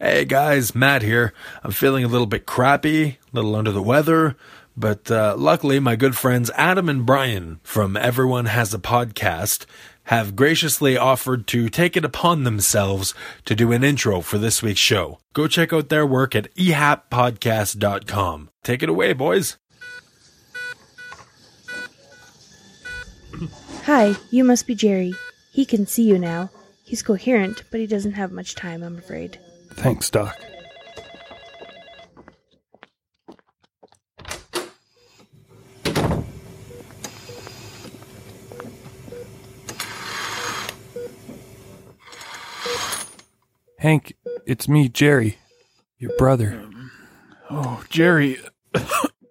Hey guys, Matt here. I'm feeling a little bit crappy, a little under the weather, but uh, luckily my good friends Adam and Brian from Everyone Has a Podcast have graciously offered to take it upon themselves to do an intro for this week's show. Go check out their work at e ehappodcast.com. Take it away, boys. Hi, you must be Jerry. He can see you now. He's coherent, but he doesn't have much time, I'm afraid. Thanks, Doc. Hank, it's me, Jerry, your brother. Oh, Jerry.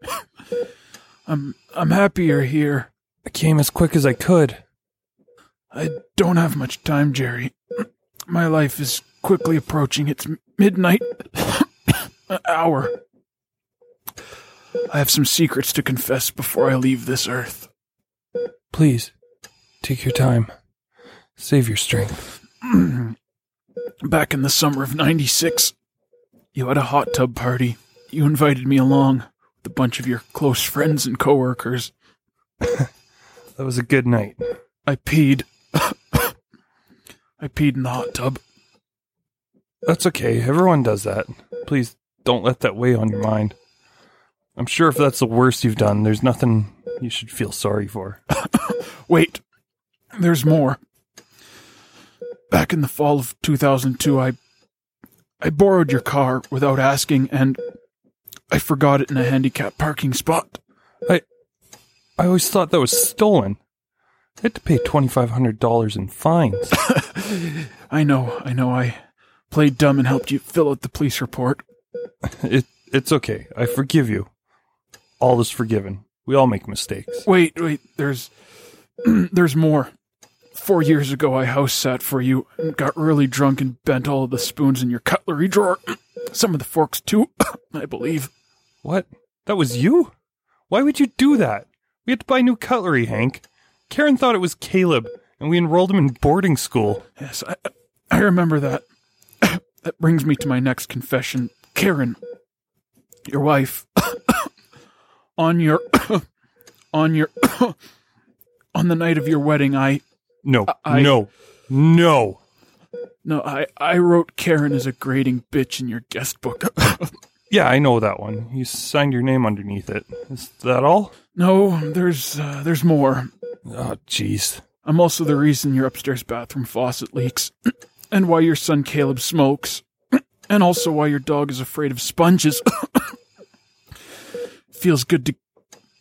I'm I'm happy you're here. I came as quick as I could. I don't have much time, Jerry. My life is quickly approaching its midnight hour. I have some secrets to confess before I leave this earth. Please, take your time. Save your strength. Back in the summer of 96, you had a hot tub party. You invited me along with a bunch of your close friends and coworkers. That was a good night. I peed. I peed in the hot tub. That's okay. Everyone does that. Please don't let that weigh on your mind. I'm sure if that's the worst you've done, there's nothing you should feel sorry for. Wait, there's more. Back in the fall of 2002, I I borrowed your car without asking and I forgot it in a handicapped parking spot. I I always thought that was stolen. I had to pay $2500 in fines. I know, I know I played dumb and helped you fill out the police report. it it's okay. I forgive you. All is forgiven. We all make mistakes. Wait, wait, there's there's more. 4 years ago I house sat for you and got really drunk and bent all of the spoons in your cutlery drawer. Some of the forks too, I believe. What? That was you? Why would you do that? We had to buy new cutlery, Hank. Karen thought it was Caleb, and we enrolled him in boarding school. Yes, I, I remember that. that brings me to my next confession. Karen, your wife, on your, on your, on the night of your wedding, I, No, I- no, no. no, I, I wrote Karen as a grading bitch in your guest book. Yeah, I know that one. You signed your name underneath it. Is that all? no, there's, uh, there's more. Oh, jeez. I'm also the reason your upstairs bathroom faucet leaks, and why your son Caleb smokes, and also why your dog is afraid of sponges. Feels good to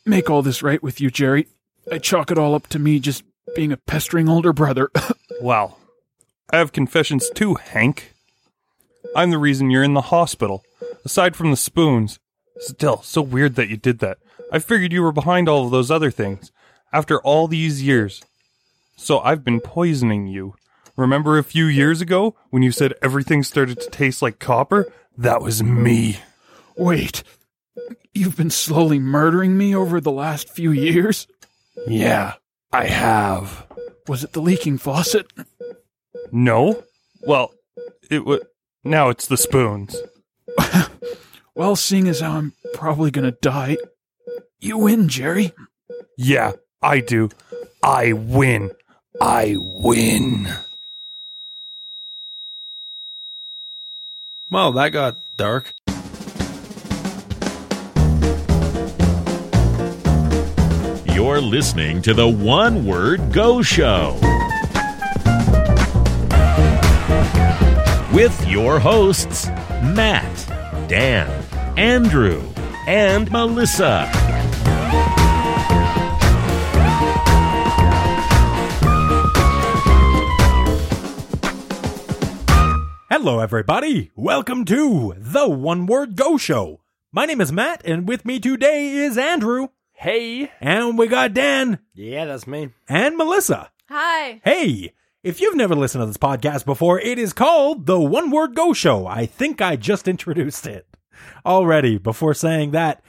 make all this right with you, Jerry. I chalk it all up to me just being a pestering older brother. Wow. I have confessions too, Hank. I'm the reason you're in the hospital. Aside from the spoons. Still, so weird that you did that. I figured you were behind all of those other things. After all these years. So I've been poisoning you. Remember a few years ago when you said everything started to taste like copper? That was me. Wait, you've been slowly murdering me over the last few years? Yeah, I have. Was it the leaking faucet? No? Well, it would. Now it's the spoons. Well, seeing as how I'm probably gonna die, you win, Jerry. Yeah, I do. I win. I win. Well, that got dark. You're listening to the One Word Go Show with your hosts, Matt, Dan, Andrew, and Melissa. Hello, everybody. Welcome to the One Word Go Show. My name is Matt, and with me today is Andrew. Hey. And we got Dan Yeah, that's me. and Melissa. Hi. Hey. If you've never listened to this podcast before, it is called the One Word Go Show. I think I just introduced it already before saying that.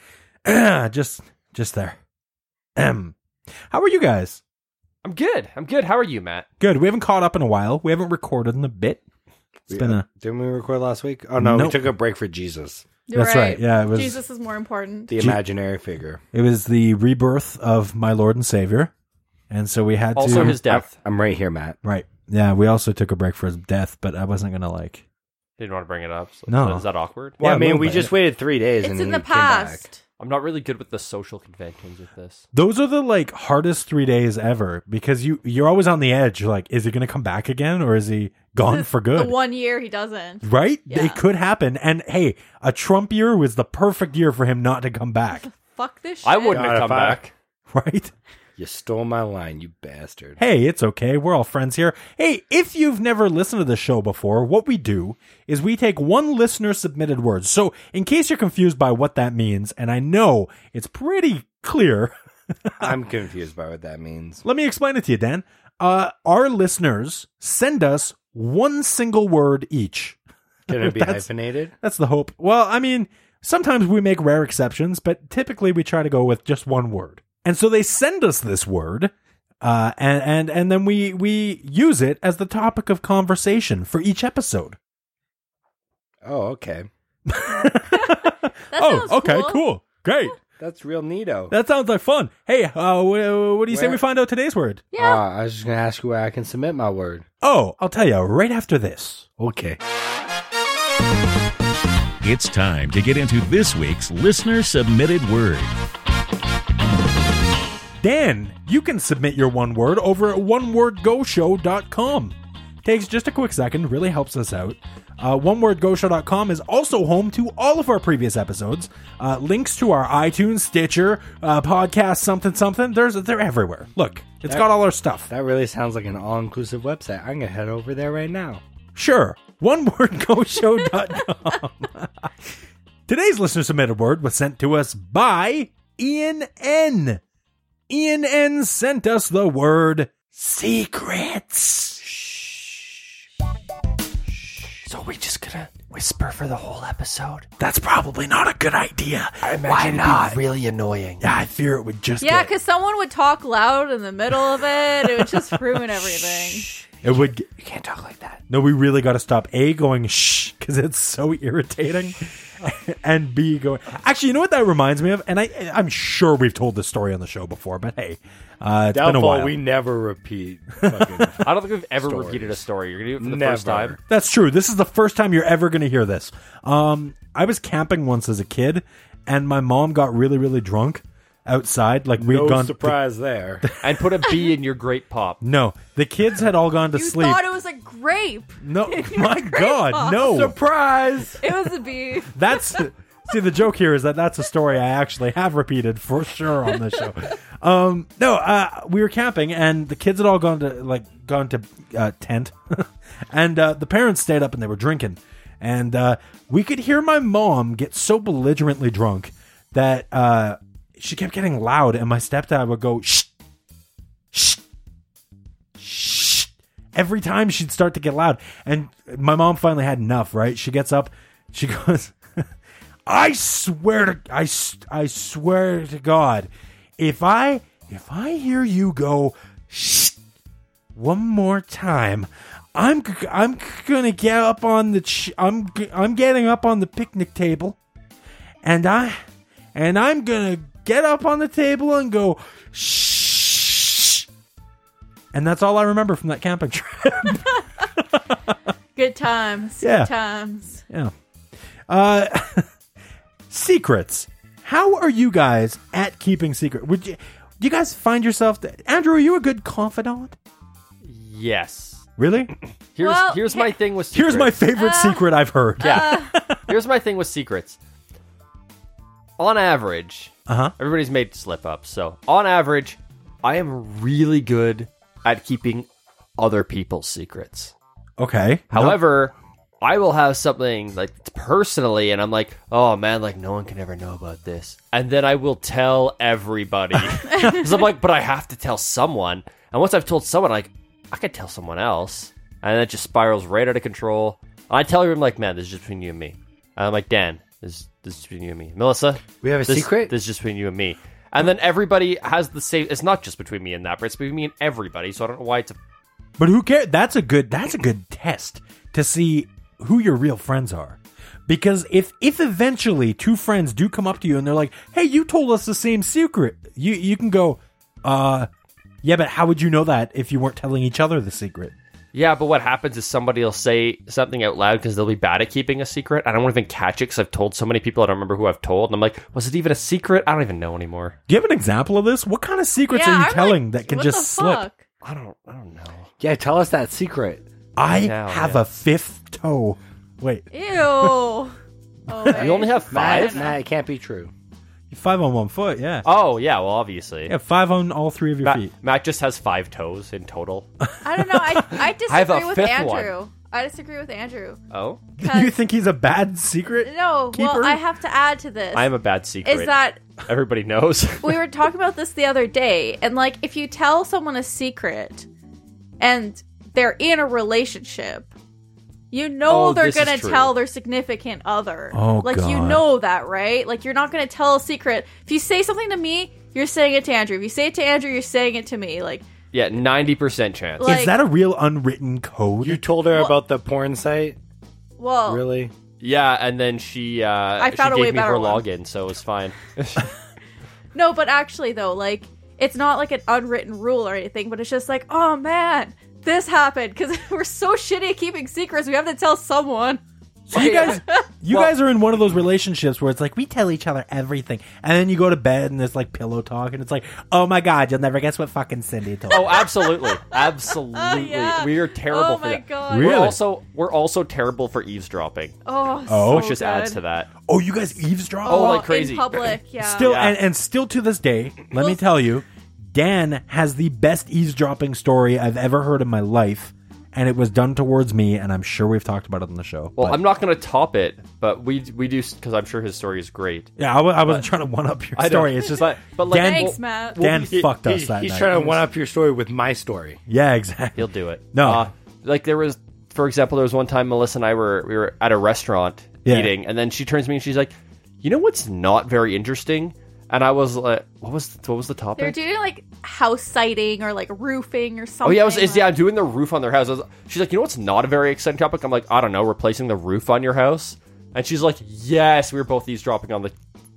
just, just there. Um, how are you guys? I'm good. I'm good. How are you, Matt? Good. We haven't caught up in a while. We haven't recorded in a bit. It's been a Didn't we record last week? Oh no, Nope. we took a break for Jesus, You're That's right, yeah, it was- Jesus is more important. the imaginary figure. it was the rebirth of my Lord and Savior, and so we had Also to his death. I'm right here, Matt. right. Yeah, we also took a break for his death, but I wasn't gonna like. Didn't want to bring it up. So No. Is that awkward? Well, Yeah, I a little mean, we bit. just waited three days. it's and in the then came back. past. I'm not really good with the social conventions with this. Those are the like hardest three days ever because you you're always on the edge. You're like, is he gonna come back again or is he gone for The good? one year he doesn't. Right? Yeah. It could happen. And hey, a Trump year was the perfect year for him not to come back. Fuck this shit. I God, wouldn't have if come I- back. Right? You stole my line, you bastard. Hey, it's okay. We're all friends here. Hey, if you've never listened to the show before, what we do is we take one listener submitted word. So, in case you're confused by what that means, and I know it's pretty clear, I'm confused by what that means. let me explain it to you, Dan. Uh, our listeners send us one single word each. Can it be That's- hyphenated? That's the hope. Well, I mean, sometimes we make rare exceptions, but typically we try to go with just one word. And so they send us this word, uh, and and and then we we use it as the topic of conversation for each episode. Oh, okay. oh, sounds okay, cool. cool, great. That's real neato. That sounds like fun. Hey, uh, wh- what do you say Where- we find out today's word? Yeah. Uh, I was just gonna ask you where I can submit my word. Oh, I'll tell you right after this. Okay. It's time to get into this week's listener submitted word. Dan, you can submit your one word over at onewordgoshow.com. Takes just a quick second, really helps us out. Uh, onewordgoshow.com is also home to all of our previous episodes. Uh, links to our iTunes, Stitcher, uh, podcast, something, something. There's, they're everywhere. Look, it's got all our stuff. That really sounds like an all-inclusive website. I'm gonna head over there right now. Sure. OneWordGoShow.com. Today's listener submitted word was sent to us by Ian N. Ian N sent us the word secrets. So we just gonna whisper for the whole episode. That's probably not a good idea. Why not? really annoying. Yeah, I fear it would just Yeah, get- because someone would talk loud in the middle of it. It would just ruin everything. it would. Get, You can't talk like that. no, we really got to stop a going shh because it's so irritating, and b going. Actually, you know what that reminds me of, and I I'm sure we've told this story on the show before, but hey, uh, it's been a while. never repeat. Fucking I don't think we've ever repeated a story. You're gonna do it for the first Never. time. That's true. This is the first time you're ever going to hear this. Um, I was camping once as a kid, and my mom got really, really drunk outside. Like we had no gone. surprise there. And put a B in your great pop. no, the kids had all gone to You sleep. thought it was a grape. no, my God, no. surprise. It was a bee. That's see the joke here is that that's a story I actually have repeated for sure on this show. Um, no, uh, we were camping and the kids had all gone to like gone to uh, tent, and uh, the parents stayed up and they were drinking, and uh, we could hear my mom get so belligerently drunk that uh, she kept getting loud, and my stepdad would go shh, shh, shh. Every time she'd start to get loud, and my mom finally had enough. Right? She gets up, she goes, "I swear to, I, s- I swear to God, if I, if I hear you go shh one more time." I'm g- I'm g- gonna get up on the ch- I'm g- I'm getting up on the picnic table, and I and I'm gonna get up on the table and go shh. And that's all I remember from that camping trip. Good times. Yeah. Good times. yeah. Uh, secrets. How are you guys at keeping secret? Would you? Do you guys find yourself? Andrew, are you a good confidant? Yes. Really? Here's Well, here's he- Uh. my thing with secrets. Here's my favorite secret I've heard. Yeah. here's my thing with secrets. On average, Uh huh. everybody's made slip ups. So, on average, I am really good at keeping other people's secrets. Okay. However, I will have something like personally, and I'm like, oh man, like no one can ever know about this. And then I will tell everybody. 'Cause I'm like, but I have to tell someone. And once I've told someone, like, I could tell someone else. And then it just spirals right out of control. And I tell everyone, like, man, this is just between you and me. And I'm like, Dan, this, this is between you and me. Melissa, We have a this, secret? This is just between you and me. And then everybody has the same. It's not just between me and that, but it's between me and everybody. So I don't know why it's a But who cares? That's a good that's a good test to see who your real friends are. Because if if eventually two friends do come up to you and they're like, "Hey, you told us the same secret." You you can go, "Uh, yeah, but how would you know that if you weren't telling each other the secret?" Yeah, but what happens is somebody will say something out loud because they'll be bad at keeping a secret. I don't want to even catch it because I've told so many people I don't remember who I've told. And I'm like, was it even a secret? I don't even know anymore. Do you have an example of this? What kind of secrets yeah, are you I'm telling like, that can what just the slip? Fuck? I don't. I don't know. Yeah, tell us that secret. I Now, have yeah. a fifth toe. Wait, Ew. oh, You only have Matt, five. Matt, it can't be true. five on one foot. Yeah, Oh yeah, well obviously. yeah, five on all three of your feet. Matt, Matt just has five toes in total. I don't know. I, I disagree I have a with fifth Andrew. I disagree with Andrew. Oh, You Because- think he's a bad secret? No, Keeper? well, I have to add to this. I am a bad secret. is that everybody knows? we were talking about this the other day, and like if you tell someone a secret and they're in a relationship, you know Oh, they're this is gonna true. tell their significant other. Oh, like you God. know that, right? Like you're not gonna tell a secret. If you say something to me, you're saying it to Andrew. If you say it to Andrew, you're saying it to me. Like yeah, ninety percent chance. Like- Is that a real unwritten code? You told her Well- about the porn site? well Really? yeah, and then she uh, I found a she way gave me better her one. login, so it was fine. No, but actually though, like it's not like an unwritten rule or anything, but it's just like, oh man, this happened because we're so shitty at keeping secrets. We have to tell someone. so you guys, you guys are in one of those relationships where it's like we tell each other everything, and then you go to bed and there's like pillow talk, and it's like, oh my god, you'll never guess what fucking Cindy told. Oh, absolutely, absolutely. Oh, yeah. We are terrible Oh for my that. God. We're Really? also we're also terrible for eavesdropping, Oh, Oh. so which just adds good. to that. oh, you guys eavesdrop. Oh, Well, like crazy. in public. Yeah. still Yeah. and, and still to this day let me tell you dan has the best eavesdropping story i've ever heard in my life and it was done towards me and i'm sure we've talked about it on the show Well, but- I'm not going to top it, but we we do because I'm sure his story is great. yeah i, wa- I wasn't trying to one up your I don't- story it's just but, but like, Dan- we'll- Thanks, Matt. dan fucked us He- that he's night trying to one up your story with my story. yeah exactly He'll do it. No. Uh, like there was, for example, there was one time Melissa and I were we were at a restaurant Yeah. eating, and then she turns to me and she's like, "You know what's not very interesting?" And I was like, "What was what was the topic?" They're doing like house sighting or like roofing or Oh something. yeah, I was, it's, yeah. like- I'm doing the roof on their house. I was- she's like, you know what's not a very exciting topic? I'm like, I don't know, replacing the roof on your house. And she's like, yes, we were both eavesdropping on the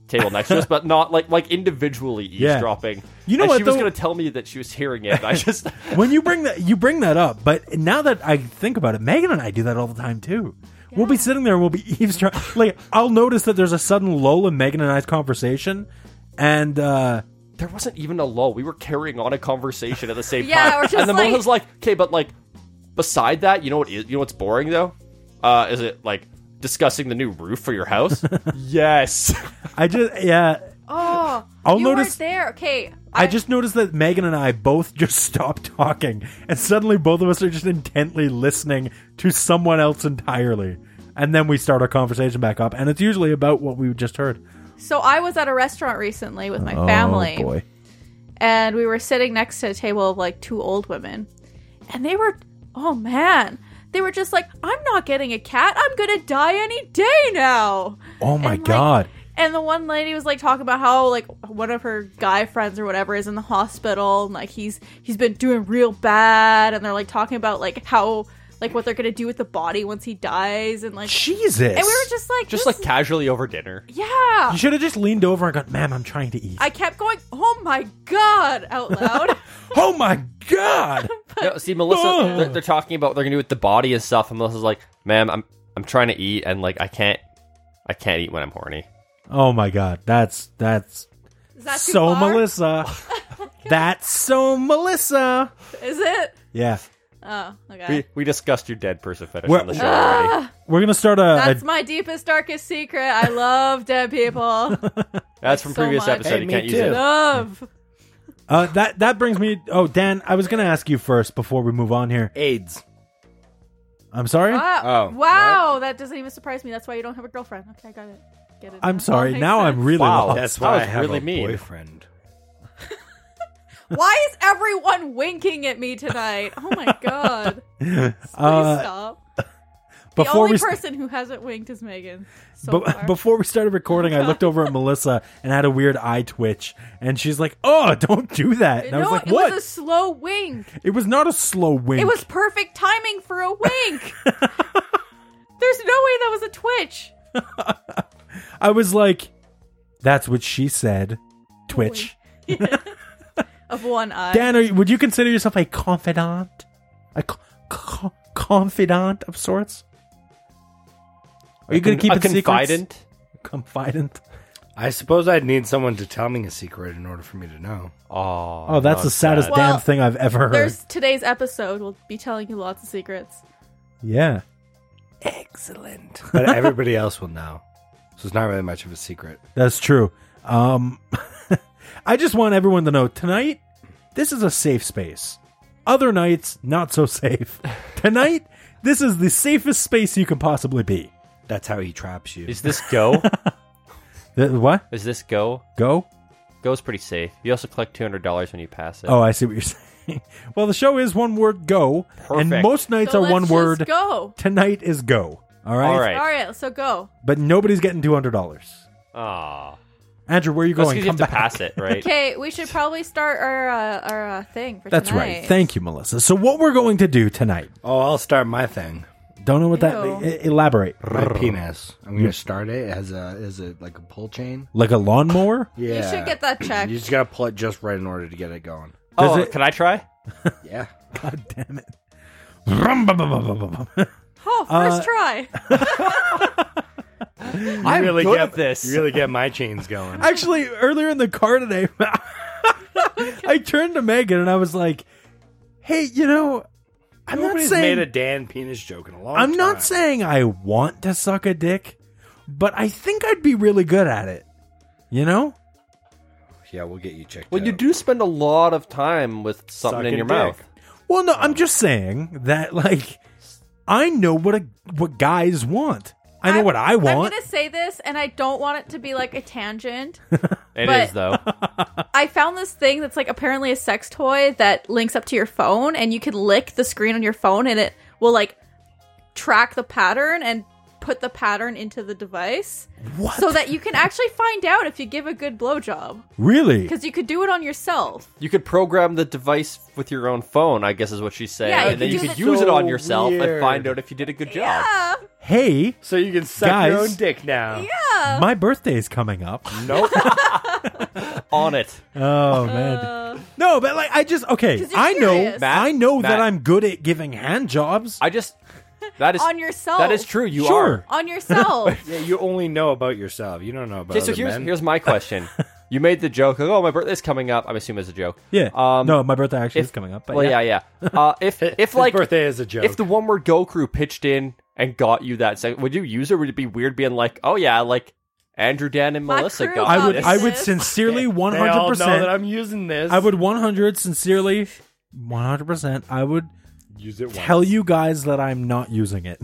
table next to us, but not like like individually Yeah. eavesdropping. You know And what, She was though? gonna tell me that she was hearing it. I just when you bring that you bring that up but now that i think about it megan and i do that all the time too We'll be sitting there and we'll be eavesdropping. Like, I'll notice that there's a sudden lull in Megan and I's conversation. And, uh, there wasn't even a lull. We were carrying on a conversation at the same Yeah, time. we're just and then like- Melissa's like, okay, but like beside that, you know what is you know what's boring though? Uh, is it like discussing the new roof for your house? yes. I just, yeah, Oh, I'll you notice- weren't there. Okay. I just noticed that Megan and I both just stopped talking, and suddenly both of us are just intently listening to someone else entirely. And then we start our conversation back up, and it's usually about what we just heard. So I was at a restaurant recently with my family. Oh boy! and we were sitting next to a table of like two old women and they were oh man they were just like i'm not getting a cat i'm gonna die any day now Oh my And, like, god! and the one lady was like talking about how like one of her guy friends or whatever is in the hospital and like he's he's been doing real bad and they're like talking about like how like what they're gonna do with the body once he dies and like Jesus! and we were just like Just this like casually over dinner. is- yeah you should have just leaned over and gone, "Ma'am, I'm trying to eat." i kept going oh my god out loud oh my god! No, see, Melissa, they're, they're talking about what they're gonna do with the body and stuff, and Melissa's like, "Ma'am, I'm I'm trying to eat, and like I can't, I can't eat when I'm horny." oh my god! That's that's is that too so far? Melissa. that's so Melissa. is it Yeah, oh okay We we discussed your dead person fetish Well- on the show already. we're gonna start a- a That's my deepest, darkest secret. I love dead people. That's from so previous much. episode. Hey, you me can't use too. it. Love. Uh, that that brings me. Oh, Dan, I was gonna ask you first before we move on here. AIDS. I'm sorry. Wow. Oh, wow. That doesn't even surprise me. That's why you don't have a girlfriend. Okay, I got it. Get it. I'm That sorry. makes Now sense. I'm really Wow. lost. That's that why I was have really a mean. boyfriend. Why is everyone winking at me tonight? Oh my god. Please Uh, stop. the before only we s- person who hasn't winked is Megan. So But far. before we started recording, I looked over at Melissa and had a weird eye twitch, and she's like, "Oh, don't do that." And I no, was like, it "What?" was a slow wink. it was not a slow wink. It was perfect timing for a wink. There's no way that was a twitch. I was like, "That's what she said." Twitch. Of one eye. Dan, are you, would you consider yourself a confidant? A co- co- confidant of sorts? Are you going to keep a it secrets? confidant? Confidant. I suppose I'd need someone to tell me a secret in order for me to know. Oh, Oh, that's no, the it's saddest sad. Well, damn thing I've ever heard. There's today's episode. We'll be telling you lots of secrets. Yeah. Excellent. But everybody else will know. So it's not really much of a secret. That's true. Um, I just want everyone to know tonight, this is a safe space. Other nights, not so safe. tonight, this is the safest space you can possibly be. That's how he traps you. Is this go? Th- what? Is this go? Go? Go's pretty safe. You also collect two hundred dollars when you pass it. Oh, I see what you're saying. well, the show is one word go, and Perfect. most nights So are let's one just word. Go. Tonight is go. All right? All All right. right, so go. But nobody's getting $200. Aw. Andrew, where are you That's 'cause going? you Come have to back. pass it, right? Okay, we should probably start our uh, our uh, thing for That's tonight. right. Thank you, Melissa. So, what we're going to do tonight, oh, I'll start my thing. don't know what that. Ew. e- elaborate. My penis. I'm gonna start it. It has a is it like a pull chain? Like a lawnmower? Yeah. You should get that checked. You just gotta pull it just right in order to get it going. Does Oh, it- can I try? Yeah. God damn it. Rum, bum, bum, bum, bum, bum. oh, uh, first try. I'm really good get at this. You really get my chains going. Actually, earlier in the car today, I turned to Megan and I was like, hey, you know, I'm not Nobody's saying. made a Dan penis joke in a long I'm time. not saying I want to suck a dick, but I think I'd be really good at it. You know? Yeah, we'll get you checked. Well, you out. do spend a lot of time with something Sucking in your dick. mouth. Well, no, I'm just saying that like I know what a what guys want. I know I'm- what I I'm want. gonna say this, and I don't want it to be like a tangent. It is But- though. I found this thing that's like apparently a sex toy that links up to your phone, and you could lick the screen on your phone, and it will like track the pattern and put the pattern into the device, what? so that you can actually find out if you give a good blowjob. really? Because you could do it on yourself. You could program the device with your own phone, I guess is what she's saying, Yeah, you and then could you do could the- use it So on yourself and weird. find out if you did a good job. Yeah, Hey, So you can suck your Guys. own dick now. yeah. my birthday's coming up. Nope. On it. Oh man. No, but like I just okay. Uh. 'Cause you're I know. curious. I know Matt- that I'm good at giving hand jobs. I just that is On yourself. That is true. You Sure. are. On yourself. yeah, you only know about yourself. You don't know about Okay, so other here's men. here's my question. you made the joke of oh my birthday's coming up. I'm assuming it's a joke. yeah. Um, no, my birthday actually if- is coming up. But Well, yeah. yeah, yeah. Uh, if if His like birthday is a joke. if the one word go crew pitched in and got you that second, would you use it? Would it be weird being like, oh yeah, like Andrew, Dan, and My Melissa crew got I would. this? I would Yes. sincerely, one They all hundred know that percent. I'm using this. I would one hundred sincerely, one hundred percent. I would use it. Once. tell you guys that I'm not using it.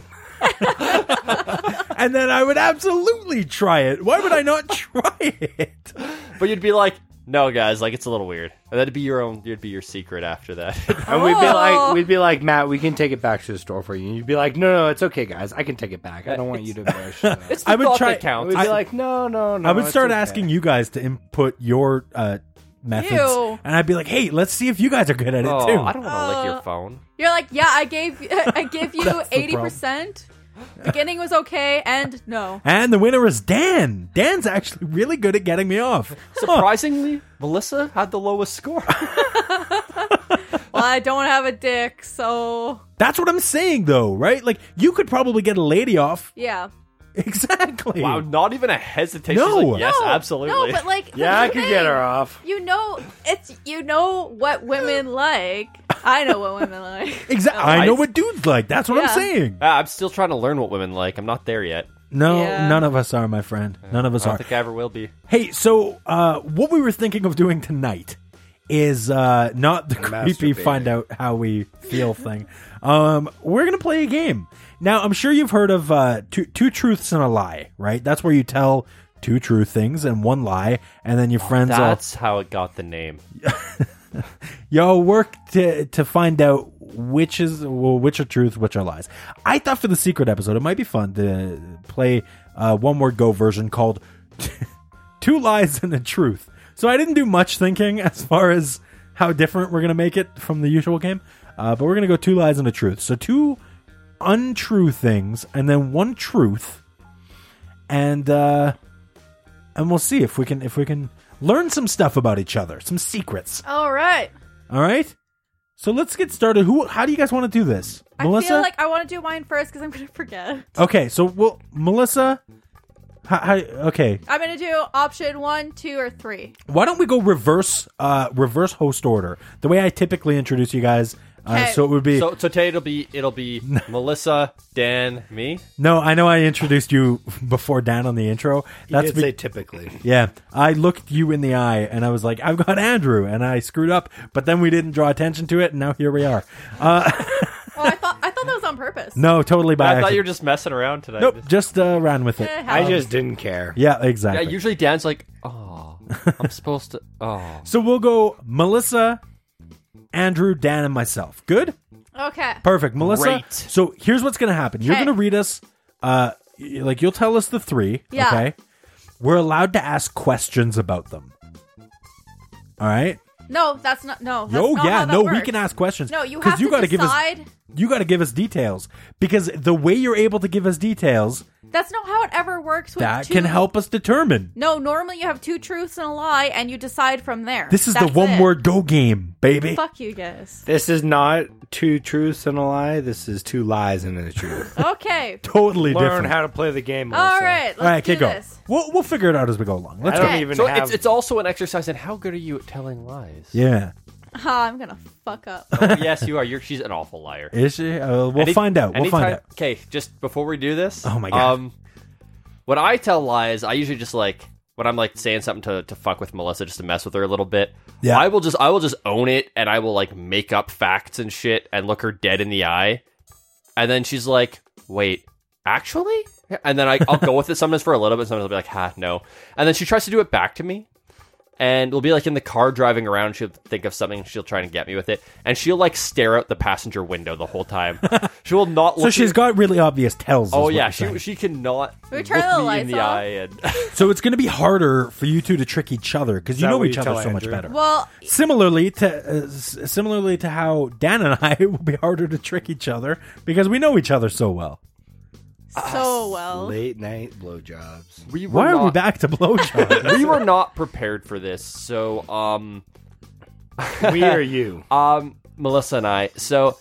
and then I would absolutely try it. Why would I not try it? But you'd be like, no, guys, like it's a little weird. And that'd be your own. It'd be your secret after that. And we'd be Oh. like, we'd be like, Matt, we can take it back to the store for you. And you'd be like, no, no, it's okay, guys. I can take it back. I don't want you to embarrass yourself. it's the I would thought try- that counts. We'd be I- like, no, Oh, no, no. I would it's start okay." asking you guys to input your uh, methods, Ew. and I'd be like, "Hey, let's see if you guys are good at it oh, too." I don't want to lick Uh, your phone. You're like, yeah, I gave I gave you eighty percent. Beginning was okay, and no. And the winner is Dan. Dan's actually really good at getting me off. Huh. Surprisingly, Melissa had the lowest score. Well, I don't have a dick, so That's what I'm saying, though, right? Like, you could probably get a lady off. yeah. Exactly. wow, not even a hesitation. No. She's like, yes, No, absolutely. No, but like, but Yeah, I here's the could get thing. her off. You know, it's you know what women like. I know what women like. Exactly. I know what dudes like. That's what I'm Yeah. saying. Ah, I'm still trying to learn what women like. I'm not there yet. No, Yeah. none of us are, my friend. None of I us don't are. think I ever will be. Hey, so uh, what we were thinking of doing tonight is uh, not the creepy Masturbating. find out how we feel thing. Um, we're gonna play a game. Now, I'm sure you've heard of uh, two, two truths and a lie, right? That's where you tell two true things and one lie, and then your Oh, friends all That's how it got the name. y'all work to to find out which is well, which are truths, which are lies. I thought for the secret episode, it might be fun to play a one word go version called Two Lies and a Truth. So I didn't do much thinking as far as how different we're going to make it from the usual game, uh, but we're going to go Two Lies and a Truth. So two untrue things and then one truth, and uh, and we'll see if we can if we can learn some stuff about each other, some secrets. All right. All right. So let's get started. Who? How do you guys want to do this, I feel like I want to do mine first because I'm gonna forget. okay. So we'll Melissa. How, how, okay. I'm gonna do option one, two, or three. Why don't we go reverse? Uh, reverse host order. The way I typically introduce you guys. Uh, Okay. so it would be So, so today it'll be it'll be Melissa, Dan, me. no. I know I introduced you before Dan on the intro. That's did be- say typically. yeah. I looked you in the eye and I was like, I've got Andrew, and I screwed up. But then we didn't draw attention to it, and now here we are. Oh, I thought I thought that was on purpose. No, totally by I thought you were accident. just messing around today. nope. Just uh, ran with it. Eh, hell. I just didn't care. Yeah. Yeah, Exactly. usually Dan's like, oh, I'm supposed to. Oh, So we'll go Melissa, Andrew, Dan, and myself. Good? Okay. Perfect. Melissa. Great. So here's what's going to happen. You're Okay. going to read us, uh, y- like, you'll tell us the three. Yeah. Okay. We're allowed to ask questions about them. All right. No, that's not. No. That's Oh not yeah, how that no, we works. can ask questions. No, you 'cause have you to gotta give us decide. you got to give us details because the way you're able to give us details That's not how it ever works. With that two- can help us determine. No, normally you have two truths and a lie, and you decide from there. This is the That's one it. word go game, baby. Fuck you guys. This is not two truths and a lie. This is two lies and a truth. Okay. Totally Learn different. how to play the game. Melissa. All right. Let's All right, do okay, go. this. We'll we'll figure it out as we go along. I Let's go. don't Okay. even so have. it's it's also an exercise in how good are you at telling lies? Oh, Yeah. Ah, I'm gonna fuck up. yes, you are. You're, she's an awful liar. Is she? Uh, we'll find out. We'll find out. Okay, just before we do this. Oh my God. Um, when I tell lies, I usually just like when I'm like saying something to, to fuck with Melissa, just to mess with her a little bit. Yeah. I will just I will just own it, and I will like make up facts and shit, and look her dead in the eye, and then she's like, "Wait, actually?" And then I, I'll go with it sometimes for a little bit. Sometimes I'll be like, "Ha, no," and then she tries to do it back to me, and we'll be like in the car driving around. She'll think of something. She'll try and get me with it, and she'll like stare out the passenger window the whole time. she will not. So look she's me- got really obvious tells. is Oh what yeah, you're she saying. she cannot We look turn the me in lights the off. eye. And So it's going to be harder for you two to trick each other because you that know what each you other tell so much Andrew? better. Well, similarly to uh, s- similarly to how Dan and I will be harder to trick each other because we know each other so well. Ah, so well. Late night blowjobs. we were Why are we not- back to blowjobs? we were not prepared for this. So um we are you um Melissa and I. So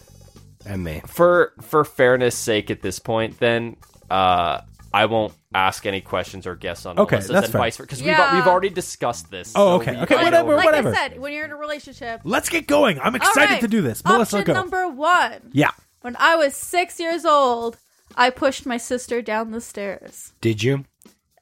and me. for for fairness sake at this point then uh I won't ask any questions or guess on Okay, Melissa's that's fair. advice because Yeah. we've we've already discussed this. Oh, so okay, we- okay, I know whatever, we're- Like whatever. I said, when you're in a relationship, Let's get going. I'm excited Alright, to do this. Melissa, Option go. number one. yeah. When I was six years old, I pushed my sister down the stairs. Did you?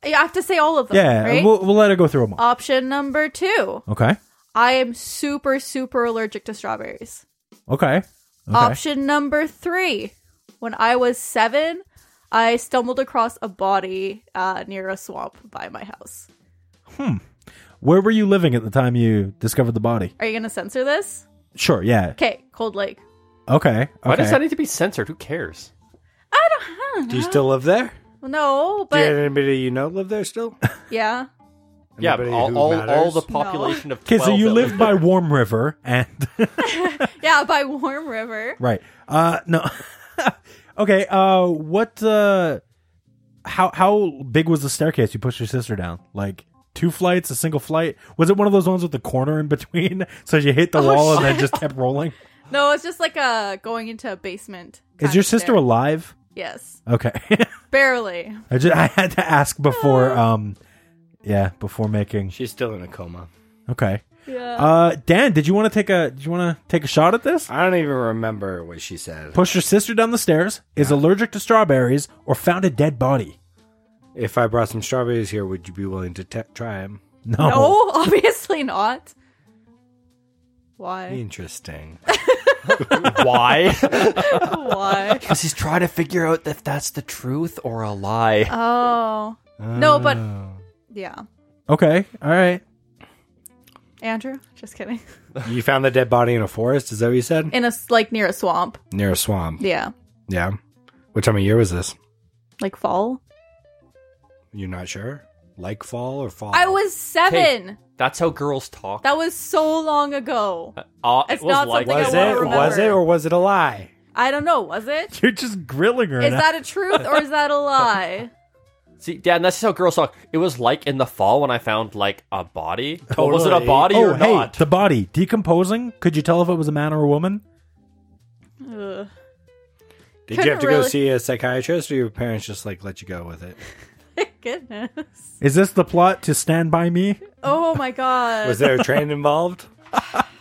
You have to say all of them. Yeah, Right? we'll, we'll let her go through them all. Option number two. Okay. I am super, super allergic to strawberries. Okay. Okay. Option number three. When I was seven, I stumbled across a body uh, near a swamp by my house. Where were you living at the time you discovered the body? Are you going to censor this? Sure, yeah. Okay, Cold Lake. Okay. okay. Why does that need to be censored? Who cares? I don't, I don't Do you still live there? know. No, Do you have but anybody you know live there still? yeah. Yeah, Anybody all, who all, all matters? the population of Okay, so 12 you that live by Warm River and Yeah, by Warm River. right. Uh no. okay, uh what uh how how big was the staircase you pushed your sister down? Like two flights, a single flight? Was it one of those ones with the corner in between so you hit the wall and then just kept rolling? No, it's just like a going into a basement. Is kind your of sister stair. alive? Yes, Okay. barely. I just I had to ask before Ah. um yeah, before making. She's still in a coma. Okay. Yeah. Uh Dan, did you want to take a did you want to take a shot at this? I don't even remember what she said. pushed her sister down the stairs, is allergic to strawberries, or found a dead body. If I brought some strawberries here, would you be willing to t- try them? No. no, obviously not. Why? Interesting. Why? Why? Because he's trying to figure out if that's the truth or a lie. Oh. No, but yeah. Okay. All right. Andrew? Just kidding. You found the dead body in a forest? Is that what you said? In a s- like near a swamp. Near a swamp. Yeah, Yeah. What time of year was this? like fall. You're not sure? Like fall or fall? I was seven. That's how girls talk. That was so long ago. Uh, It's not something I Was it? wanna Was it remember. or was it a lie? I don't know. Was it? You're just grilling her. Is now. that a truth or is that a lie? See, Dan, that's just how girls talk. It was like in the fall when I found like a body. But was it a Totally. body oh, or hey, not? the body decomposing. Could you tell if it was a man or a woman? Ugh. Did Couldn't you have to go really- see a psychiatrist, or your parents just like let you go with it? Goodness. Is this the plot to Stand by Me? Oh my god. Was there a train involved?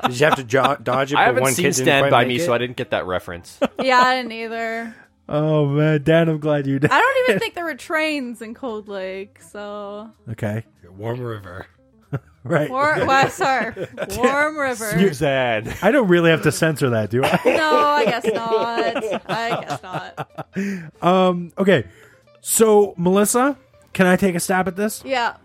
Did you have to jo- dodge it? I but haven't one seen kid didn't Stand quite by make Me, it? so I didn't get that reference. yeah, I didn't either. Oh man, Dan, I'm glad you did. I don't even think there were trains in Cold Lake, so Okay, Warm River. right. War- well, sorry, Warm River. Suzanne. I don't really have to censor that, do I? No, I guess not. I guess not. Um, okay. So, Melissa, can I take a stab at this? Yeah.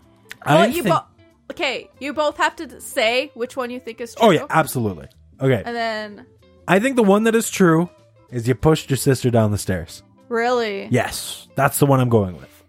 I well, you think- both. Okay, you both have to say which one you think is true. Oh, yeah, absolutely. Okay. And then, I think the one that is true is you pushed your sister down the stairs. really? Yes. That's the one I'm going with.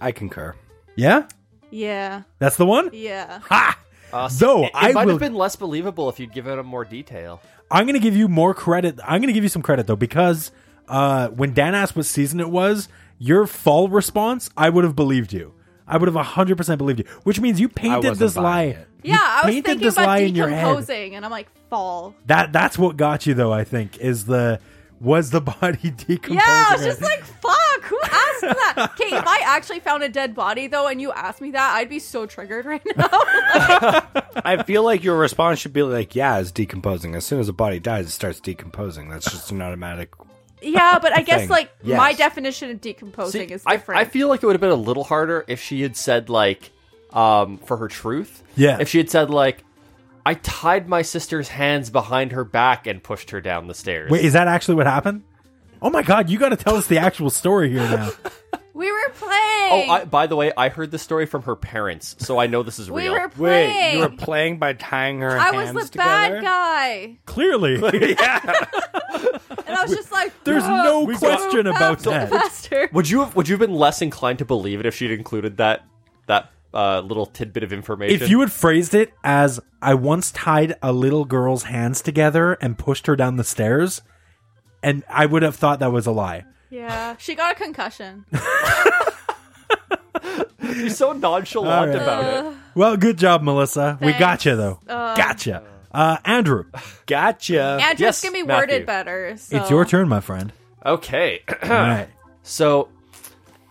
I concur. Yeah? Yeah. That's the one? Yeah. Ha! Uh, Though, it, it I might will- have been less believable if you'd given him more detail. I'm going to give you more credit. I'm going to give you some credit, though, because uh, when Dan asked what season it was, your fall response, I would have believed you. I would have 100% believed you, which means you painted wasn't this lie. buying it. you Yeah, I was painted thinking this about lie in your head. decomposing, and I'm like, fall. That that's what got you though. I think is the was the body decomposing. Yeah, I was just or- like, fuck, who asked for that? Okay, if I actually found a dead body, though, and you asked me that, I'd be so triggered right now. I feel like your response should be like, "Yeah, it's decomposing. As soon as a body dies, it starts decomposing. That's just an automatic." yeah, but I guess, Thing. like, my Yes. definition of decomposing See, is I- different. I, feel like it would have been a little harder if she had said like, um, for her truth. Yeah. If she had said like, I tied my sister's hands behind her back and pushed her down the stairs. Wait, is that actually what happened? Oh my god, you got to tell us the actual story here now. we were Oh, playing. I, by the way, I heard this story from her parents, so I know this is we real. were playing. Wait, you were playing by tying her I was hands the together. bad guy. Clearly, And I was just like, there's "Whoa, no whoa, question about faster, that. Faster. Would you have would you have been less inclined to believe it if she'd included that that uh, little tidbit of information? if you had phrased it as I once tied a little girl's hands together and pushed her down the stairs, and I would have thought that was a lie. Yeah, she got a concussion. You're so nonchalant All right. about it. Well, good job, Melissa. We got Thanks. you though. gotcha. Uh, Andrew, Gotcha. Andrew's Yes, gonna be Matthew. worded better. So. it's your turn, my friend. Okay, All right. so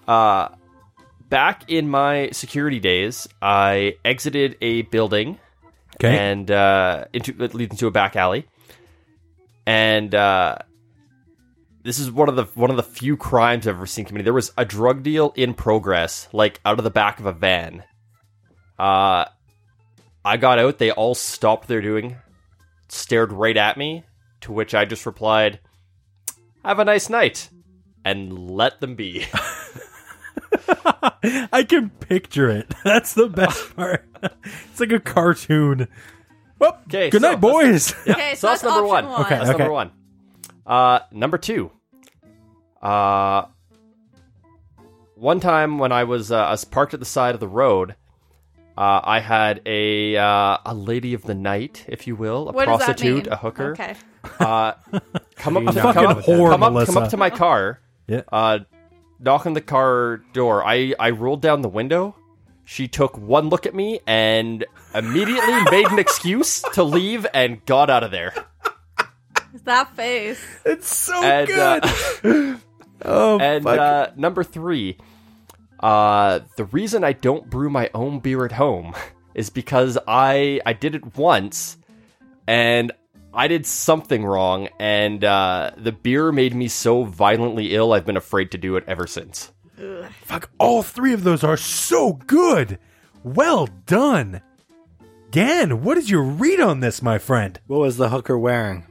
uh, back in my security days, I exited a building Okay. and uh, into that leads into a back alley, and uh, this is one of the one of the few crimes I've ever seen committed. There was a drug deal in progress, like out of the back of a van. Uh, I got out. They all stopped their doing, stared right at me, to which I just replied, "Have a nice night," and let them be. I can picture it. That's the best part. it's like a cartoon. Well, Okay, good so night, boys. Okay, so that's that's number option one. one. Okay. That's number one. Uh, number two. Uh, one time when I was, uh, I was parked at the side of the road, uh, I had a uh, a lady of the night, if you will, a What does that prostitute, mean? a hooker. Okay. Uh, come up, A to, fucking come up, whore, come up, come Melissa. up to my car. Yeah. Uh, knock on the car door. I I rolled down the window. She took one look at me and immediately made an excuse to leave and got out of there. That face. It's so and uh, oh, and fuck. uh, number three, uh, the reason I don't brew my own beer at home is because I I did it once, and I did something wrong, and uh, the beer made me so violently ill. I've been afraid to do it ever since. fuck. All three of those are so good. Well done, Dan. What is your read on this, my friend? What was the hooker wearing?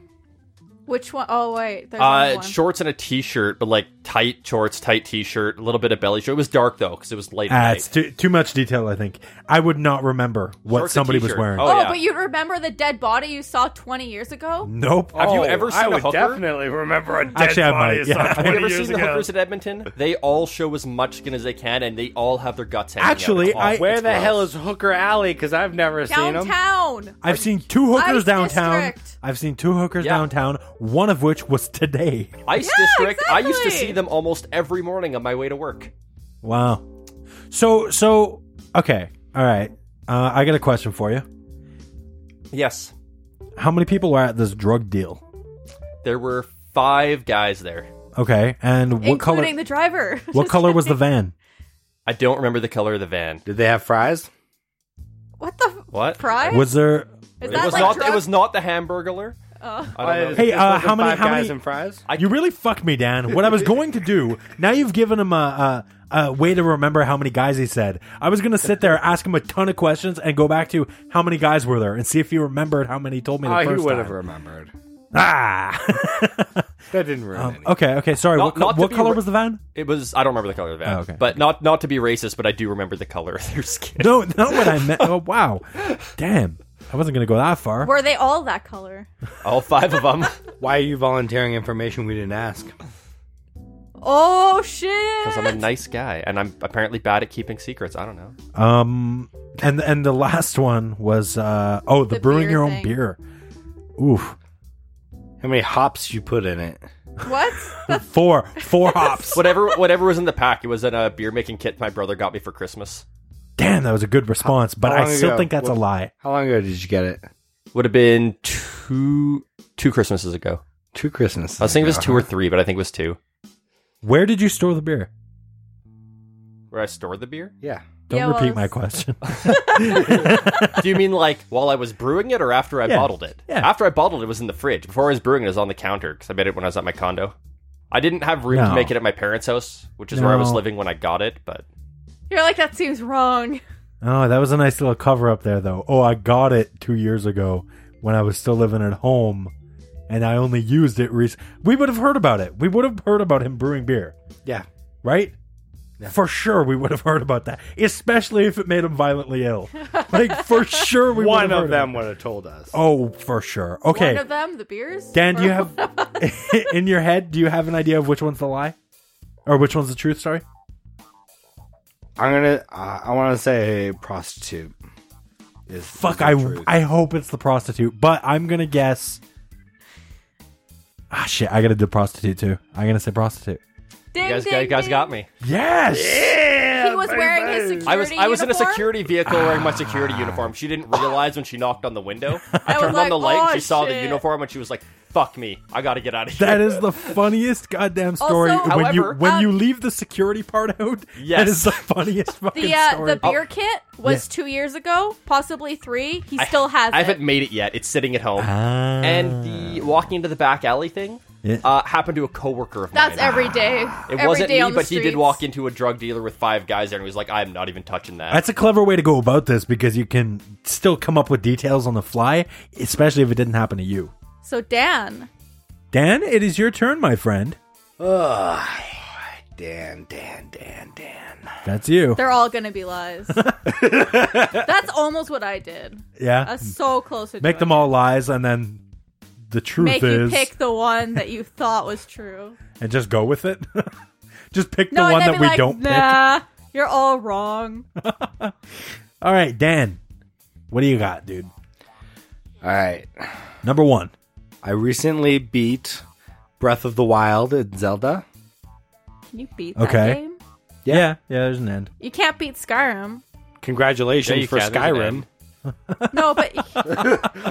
Which one? Oh wait, there's another Uh, one. shorts and a t-shirt, but like tight shorts, tight t-shirt, a little bit of belly show. It was dark though because it was late. at Ah, night. it's too too much detail. I think I would not remember what Shorts and somebody was t-shirt. wearing. Oh, Oh, yeah. but you remember the dead body you saw 20 years ago? Nope. Have you Oh, ever seen I a would hooker? definitely remember a dead Actually, I body might, of yeah. some Have Have you 20 you ever years seen the ago. hookers at Edmonton? They all show as much skin as they can, and they all have their guts hanging out. Actually, It's I- awful. Where It's the gross. hell is Hooker Alley? Because I've never seen him. Downtown. I've seen two hookers Ice downtown. District. I've seen two hookers Yeah. downtown. One of which was today. Ice Yeah, District? I used to exactly. see them almost every morning on my way to work. Wow. So so okay. All right. Uh, I got a question for you. Yes, How many people are at this drug deal? there were five guys there. Okay, and what including color? the driver. what color was the van? I don't remember the color of the van. Did they have fries? What the What? prize? Was there? Is it that was like not. drugs? Oh. It was not the Hamburglar. I don't know. Hey, This uh, wasn't how many- Five how guys many- and fries? you really fucked me, Dan. What I was going to do now, you've given him a, a, a way to remember how many guys he said. I was going to sit there, ask him a ton of questions, and go back to how many guys were there, and see if he remembered how many he told me the Ah, Oh, first he would time. have remembered. Ah. That didn't ruin anything. okay. Okay. Sorry. Not- what co- not to what be color ra- was the van? It was. I don't remember the color of the van. Oh, okay. But not not to be racist, but I do remember the color of their skin. No, not what I meant. Oh, wow. Damn. I wasn't going to go that far. Were they all that color? All five of them. Why are you volunteering information we didn't ask? Oh Because shit! I'm a nice guy, and I'm apparently bad at keeping secrets. I don't know. Um, and and the last one was uh oh the, The brewing beer your own thing. beer. Oof. How many hops you put in it? What? Four. Four hops. Whatever whatever was in the pack, it was in a beer making kit my brother got me for Christmas. Damn, that was a good response, but How I long still ago? think that's What- a lie. How long ago did you get it? Would have been two two Christmases ago. Two Christmases. I was thinking it was ago, two or huh? three, but I think it was two. Where did you store the beer? Where I stored the beer? Yeah. Don't Yeah, well, repeat my it's- question. Do you mean like while I was brewing it or after I Yeah. bottled it? Yeah. After I bottled it, it was in the fridge. Before I was brewing it, it was on the counter because I made it when I was at my condo. I didn't have room No. to make it at my parents' house, which is where I was No. living when I got it, but You're like that seems wrong. oh, that was a nice little cover up there though. Oh, I got it two years ago when I was still living at home and I only used it recently. We would have heard about it. We would have heard about him brewing beer. Yeah. right? For sure, we would have heard about that, especially if it made him violently ill. Like for sure, we would One have of heard them It. would have told us. Oh, for sure. Okay, One of them, the beers. Dan, do you Or- have in your head? Do you have an idea of which one's the lie, or which one's the truth? Sorry. I'm gonna. Uh, I want to say prostitute. Is, Fuck. I I hope it's the prostitute, but I'm gonna guess. Ah shit! I gotta do prostitute too. I'm gonna say prostitute. Ding, you guys, ding, guys, guys ding. got me. Yes. He was wearing his security I was I was in a uniform? security vehicle wearing my security Ah. uniform. She didn't realize when she knocked on the window. I, was turned on like, the light and "Oh, she saw the shit." uniform and she was like, "Fuck me, I gotta get out of here." That is the funniest goddamn story. Also- when you However, when you um, leave the security part out, that Yes. is the funniest fucking The uh, story. the beer kit was two years ago, possibly three. He still has Oh. I it. haven't made it yet. It's sitting at Oh, home. and Ah. the walking into the back alley thing Yeah. uh, happened to a coworker of That's mine. every day. It every wasn't day me, on the but he did walk streets. into a drug dealer with five guys there and he was like, "I'm not even touching that." Ah. That's a clever way to go about this because you can still come up with details on the fly, especially if it didn't happen to you. So Dan, Dan, it is your turn, my friend. Ugh. Dan, Dan, Dan, Dan. That's you. they're all gonna be lies. That's almost what I did. yeah. That's so close. To Make doing them it. all lies and then the truth Make is you pick the one that you thought was true. and just go with it. just pick No, the one and I'd that be we like, don't pick. nah, you're all wrong. All right, Dan. What do you got, dude? All right. Number 1. I recently beat Breath of the Wild in Zelda. Can you beat Okay. that game? Yeah. yeah, there's an end. You can't beat Skyrim. Yeah, Congratulations you for can. There's an Skyrim. end. No, but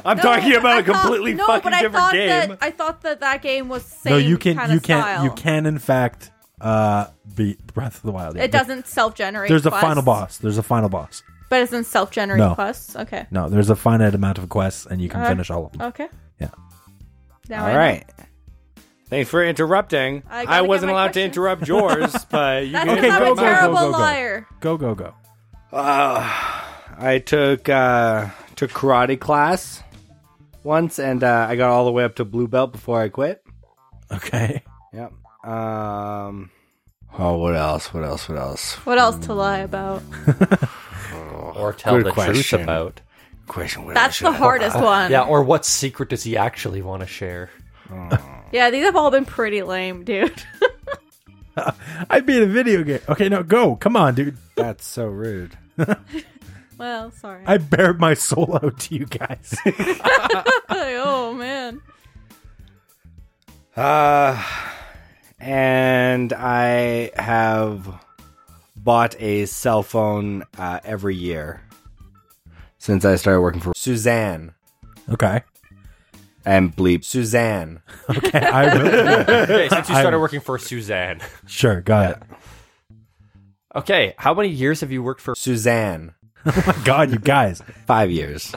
I'm No, talking but about I a completely thought, no, fucking but I different thought game. That, I thought that that game was same no, you can kind you of can style. you can in fact uh beat Breath of the Wild. Yeah, It there- doesn't self-generate. There's a quests, final boss. There's a final boss. but it doesn't self-generate No. quests. Okay, No, there's a finite amount of quests, and you can Uh, finish all of them. okay. Yeah. Now I All know. right. Thanks for interrupting. I I, gotta get wasn't my allowed questions. to interrupt yours, but you That's can Okay, because I'm go, a go, go, terrible go, go. liar. Go go go! Uh, I took uh, took karate class. once, and uh, I got all the way up to blue belt before I quit. Okay. Yep. Um. Oh, what else? What else? What else? What else to lie about? or tell good the question. truth about. Question. What That's the Oh, hardest one. Yeah, Yeah. or what secret does he actually want to share? these have all been pretty lame, dude. I beat a video game. Okay, no, go. Come on, dude. That's so rude. well, sorry. I bared my soul out to you guys. Like, oh man. Uh, and I have bought a cell phone uh, every year since I started working for Suzanne okay. and Bleep Suzanne. Okay. I will. Okay, since you I'm- started working for Suzanne. Sure. Got it. Okay, how many years have you worked for? Suzanne. Oh my God, you guys. Five years.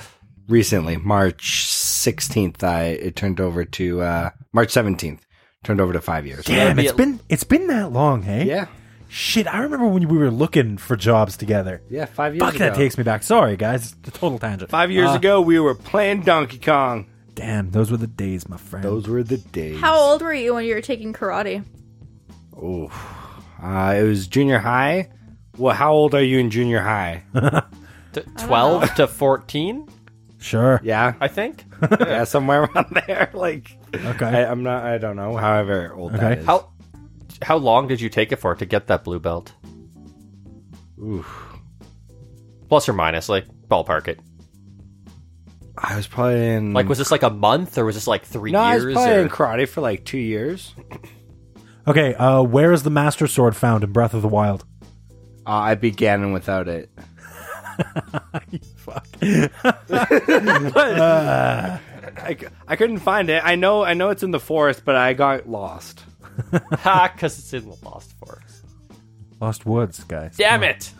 Recently, March 16th, I it turned over to uh, March 17th, turned over to five years. Damn, be it's at- been it's been that long, hey? Yeah. Shit, I remember when we were looking for jobs together. Yeah, five years Fuck, ago. that takes me back. Sorry, guys. The total tangent. five years Ah. Uh, ago, we were playing Donkey Kong. Damn, those were the days, my friend. Those were the days. How old were you when you were taking karate? Oof. Uh, it was junior high. Well, how old are you in junior high? T- Ah. 12 to 14, sure. Yeah, I think. yeah, somewhere around there. Like, I, Okay. I'm not. I don't know. However old that Okay. is. How how long did you take it for to get that blue belt? Oof. Plus or minus, like ballpark it. I was probably Hmm. in. Like was this like a month or was this like 3 no, I was years? probably or- in karate for like two years. okay, uh, where is the Master Sword found in Breath of the Wild? Uh, I began without it. Fuck. uh, I, c- I couldn't find it. I know. I know it's in the forest, but I got lost. Ha, cuz Ah, it's in the lost forest. Hmm. Lost Woods, guys. Damn it.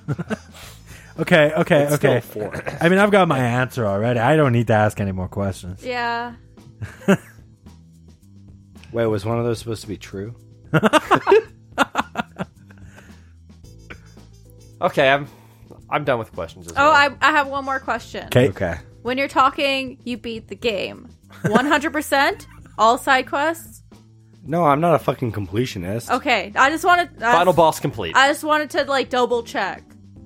Okay, okay, It's okay. still a forest. I mean, I've got my answer already. I don't need to ask any more questions. Yeah. Wait, was one of those supposed to be true? Okay, I'm I'm done with questions as Oh, well. I, I have one more question. Okay. Okay. When you're talking, you beat the game. 100%? all side quests? No, I'm not a fucking completionist. Okay. I just wanted I, Final boss complete. I just wanted to like double check.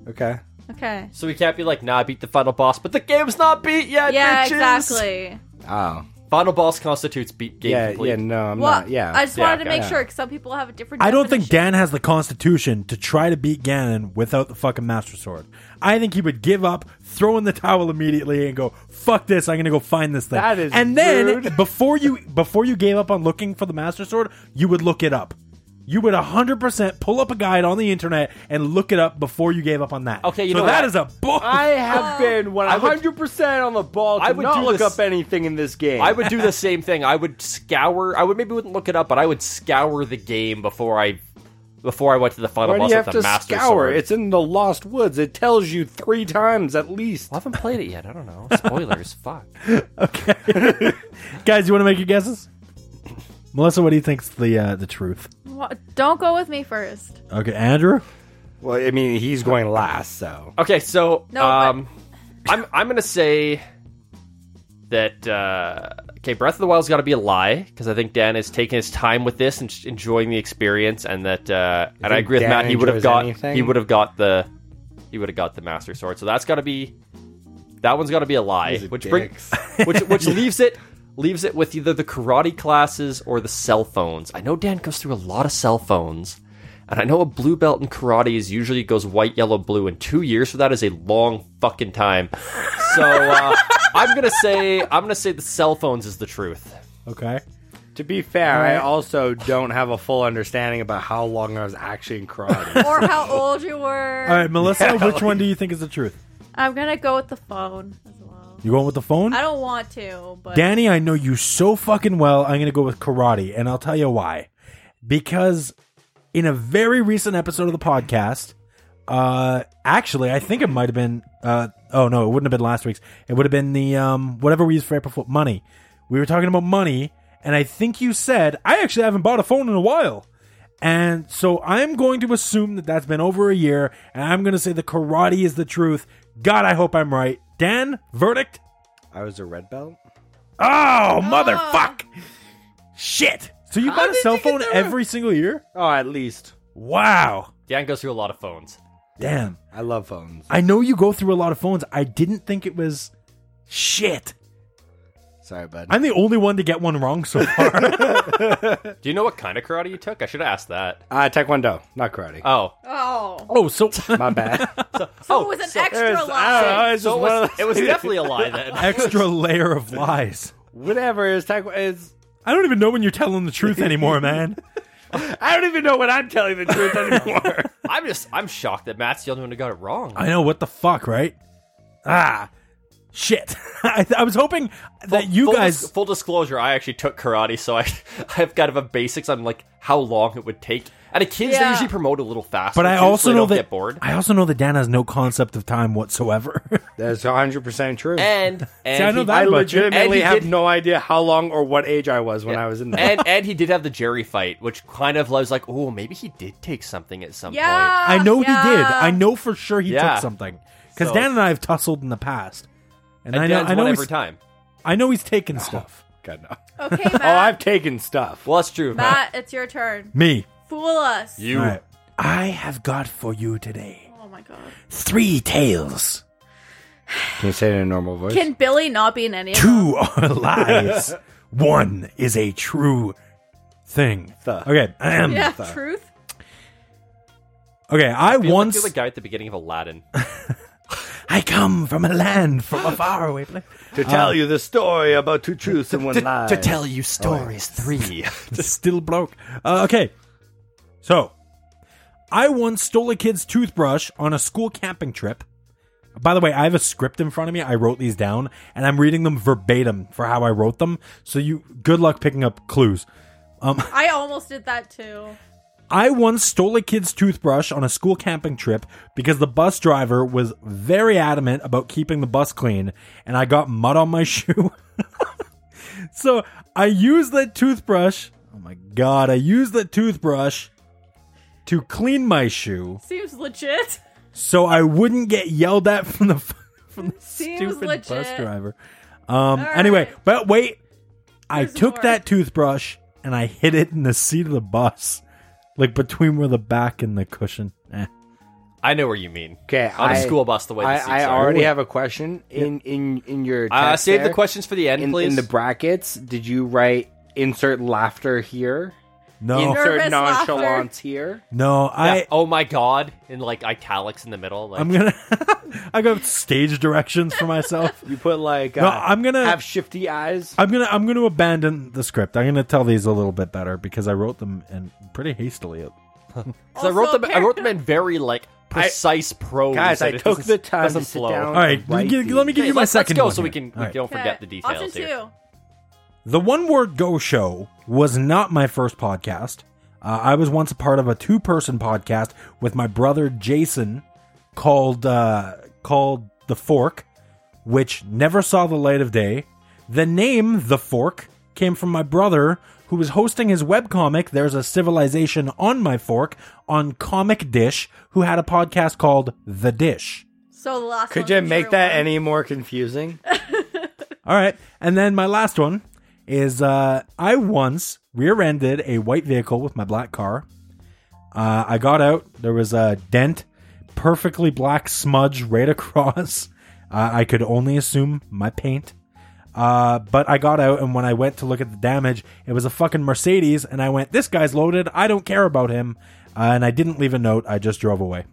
Okay. Okay. so we can't be like, "Nah, I beat the final boss, but the game's not beat yet." Yeah, bitches!" exactly. Oh. Final boss constitutes beat game yeah. complete. Yeah. No, I'm well, not. Um, uh, Yeah. I just Yeah, wanted to okay. make sure because some people have a different I don't think definition. Dan has the constitution to try to beat Ganon without the fucking Master Sword. I think he would give up, throw in the towel immediately, and go, "Fuck this! I'm gonna go find this thing." That is and then rude. before you before you gave up on looking for the Master Sword, you would look it up. You would 100% pull up a guide on the internet and look it up before you gave up on that. Okay, you so know that what? is a bull. I have been I would- 100 percent on the ball to I would not do look this- up anything in this game. I would do the same thing. I would scour. I would maybe wouldn't look it up, but I would scour the game before I before I went to the final Why do boss you have with to the master scour? sword. It's in the Lost Woods. It tells you three times at least. I haven't played it yet. I don't know. Spoilers. Fuck. okay, guys, you want to make your guesses? Melissa, what do you think's the uh, the truth? Wha- Don't go with me first. Okay, Andrew. Well, I mean, he's going last, so Okay, so No, um, I'm I'm gonna say that uh, okay, Breath of the Wild's got to be a lie because I think Dan is taking his time with this and sh- enjoying the experience, and that uh, and I think agree with Dan Matt. He would have enjoys got anything? he would have got the he would have got the Master Sword. So that's got to be that one's got to be a lie, These are which bring, dicks. which which leaves it. Leaves it with either the karate classes or the cell phones. I know Dan goes through a lot of cell phones. And I know a blue belt in karate is usually goes white, yellow, blue, and two years for that is a long fucking time. So uh, I'm gonna say I'm gonna say the cell phones is the truth. Okay. to be fair, I also don't have a full understanding about how long I was actually in karate. Or how old you were. All right, Melissa, which one do you think is the truth? I'm going to go with the phone as well. You going with the phone? I don't want to, but. Danny, I know you so fucking well. I'm going to go with karate, and I'll tell you why. Because in a very recent episode of the podcast, uh, actually, I think it might have been. Uh, oh no, it wouldn't have been last week's. It would have been the um, whatever we used for April Fool money. We were talking about money, and I think you said I actually haven't bought a phone in a while. And so I'm going to assume that that's been over a year, and I'm going to say the karate is the truth. God, I hope I'm right. Dan, verdict? I was a red belt. Ah. Oh, motherfuck! Shit! So you bought a did cell you get phone that every single year? Oh, at least. Wow. Dan goes through a lot of phones. Damn. I love phones. I know you go through a lot of phones. I didn't think it was shit. Sorry, bud. I'm the only one to get one wrong so far. Do you know what kind of karate you took? I should have asked that. Uh, taekwondo, not karate. Oh, Oh. oh, so My bad. So it was an uh, extra lie. so it was, it was definitely a lie then. extra layer of lies. Whatever is taekwondo. Is I don't even know when you're telling the truth anymore, man. I don't even know when I'm telling the truth anymore. I'm just I'm shocked that Matt's the only one who got it wrong. I know what the fuck, right? Ah, shit. I, I was hoping that you full guys. dis- full disclosure, I actually took karate, so I I have kind of a basics on like how long it would take. And a kids they Yeah. usually promote a little faster. but I too, so also they know don't that get bored. I also know that Dan has no concept of time whatsoever. That's 100 percent true. And and I know he- that I about you. And legitimately he have did- no idea how long or what age I was when I was in there. and and he did have the Jerry fight, which kind of was like, oh, maybe he did take something at some point. Yeah. I know he did. yeah. I know for sure he Yeah. took something because So- Dan and I have tussled in the past, and, And I know Dan's I know won he's, every time. I know he's taken stuff. God, no. Okay, Matt. Oh, I've taken stuff. Well, that's true. Matt. Matt, it's your turn. Me, Fool us. You. All right. I have got for you today Oh my god. three tales. Can you say it in a normal voice? Can Billy not be in any of them? Two are lies. One is a true thing. The- Okay. ahem. Yeah, truth. Okay. I Feel once like you're the guy at the beginning of Aladdin. I come from a land from a faraway place. Uh, to tell you the story about two truths and one lie. you stories three. Still broke. Uh, okay. So, I once stole a kid's toothbrush on a school camping trip. By the way, I have a script in front of me. I wrote these down and I'm reading them verbatim for how I wrote them. So you good luck picking up clues. I almost did that too. I once stole a kid's toothbrush on a school camping trip because the bus driver was very adamant about keeping the bus clean and I got mud on my shoe. so I used that toothbrush. Oh my god, I used that toothbrush to clean my shoe Seems legit. so I wouldn't get yelled at from the from the Seems stupid legit. bus driver. Um All anyway, right. but wait. I There's took more. that toothbrush and I hid it in the seat of the bus. Like between where the back and the cushion. Eh. I know where you mean. Okay, on a I- school bus, the way the seats I, I are. already have a question in in in your. Text Uh, save the there, questions for the end, in, please. in the brackets. Did you write insert laughter here? No. Nervous Insert laughter. nonchalance here. No, Yeah, I oh my god! In like italics in the middle. Like, I'm going to I got stage directions for myself. You put like. Uh, No, I'm going to have shifty eyes. I'm gonna I'm gonna abandon the script. I'm gonna tell these a little bit better because I wrote them and pretty hastily. 'cause I wrote Also, them. I wrote them in very like precise prose. Guys, that I it took doesn't- the time to doesn't sit flow. down. All right, Right, g- let me give Okay, you my let's, second Let's go one so we here. can All we right. don't forget the details Option here. two. The One Word Go Show was not my first podcast. Uh, I was once a part of a two person podcast with my brother Jason called uh, called The Fork, which never saw the light of day. The name The Fork came from my brother who was hosting his webcomic There's a Civilization on My Fork on Comic Dish, who had a podcast called The Dish. So the last Could one's you the make true that one. any more confusing? All right. And then my last one is uh, I once rear ended a white vehicle with my black car. Uh, I got out. There was a dent, perfectly black smudge right across. Uh, I could only assume my paint. Uh, but I got out, and when I went to look at the damage, it was a fucking Mercedes, and I went, This guy's loaded. I don't care about him. Uh, and I didn't leave a note. I just drove away.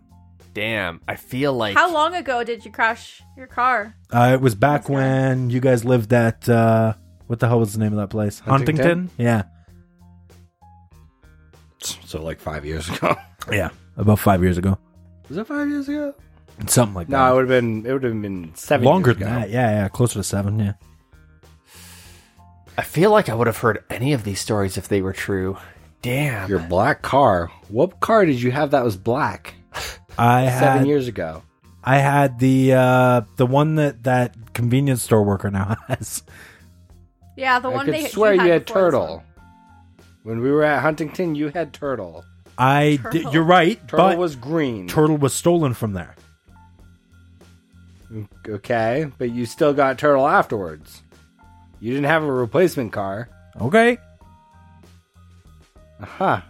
Damn, I feel like How long ago did you crash your car? Uh, it was back when you guys lived at uh, what the hell was the name of that place? Huntington? Huntington? Yeah, so like five years ago. yeah, about five years ago, Was it five years ago? something like No, it would have been. It would have been that. seven. Longer years than ago. that, yeah, yeah, closer to seven, yeah. I feel like I would have heard any of these stories if they were true. Damn. Your black car. What car did you have that was black I had seven years ago? I had the uh, the one that that convenience store worker now has. Yeah, the I one could they swear you had before this one. turtle. When we were at Huntington, you had turtle. I di- Turtle. you're right, Turtle but was green. turtle was stolen from there. okay, but you still got turtle afterwards. You didn't have a replacement car. Okay. Huh.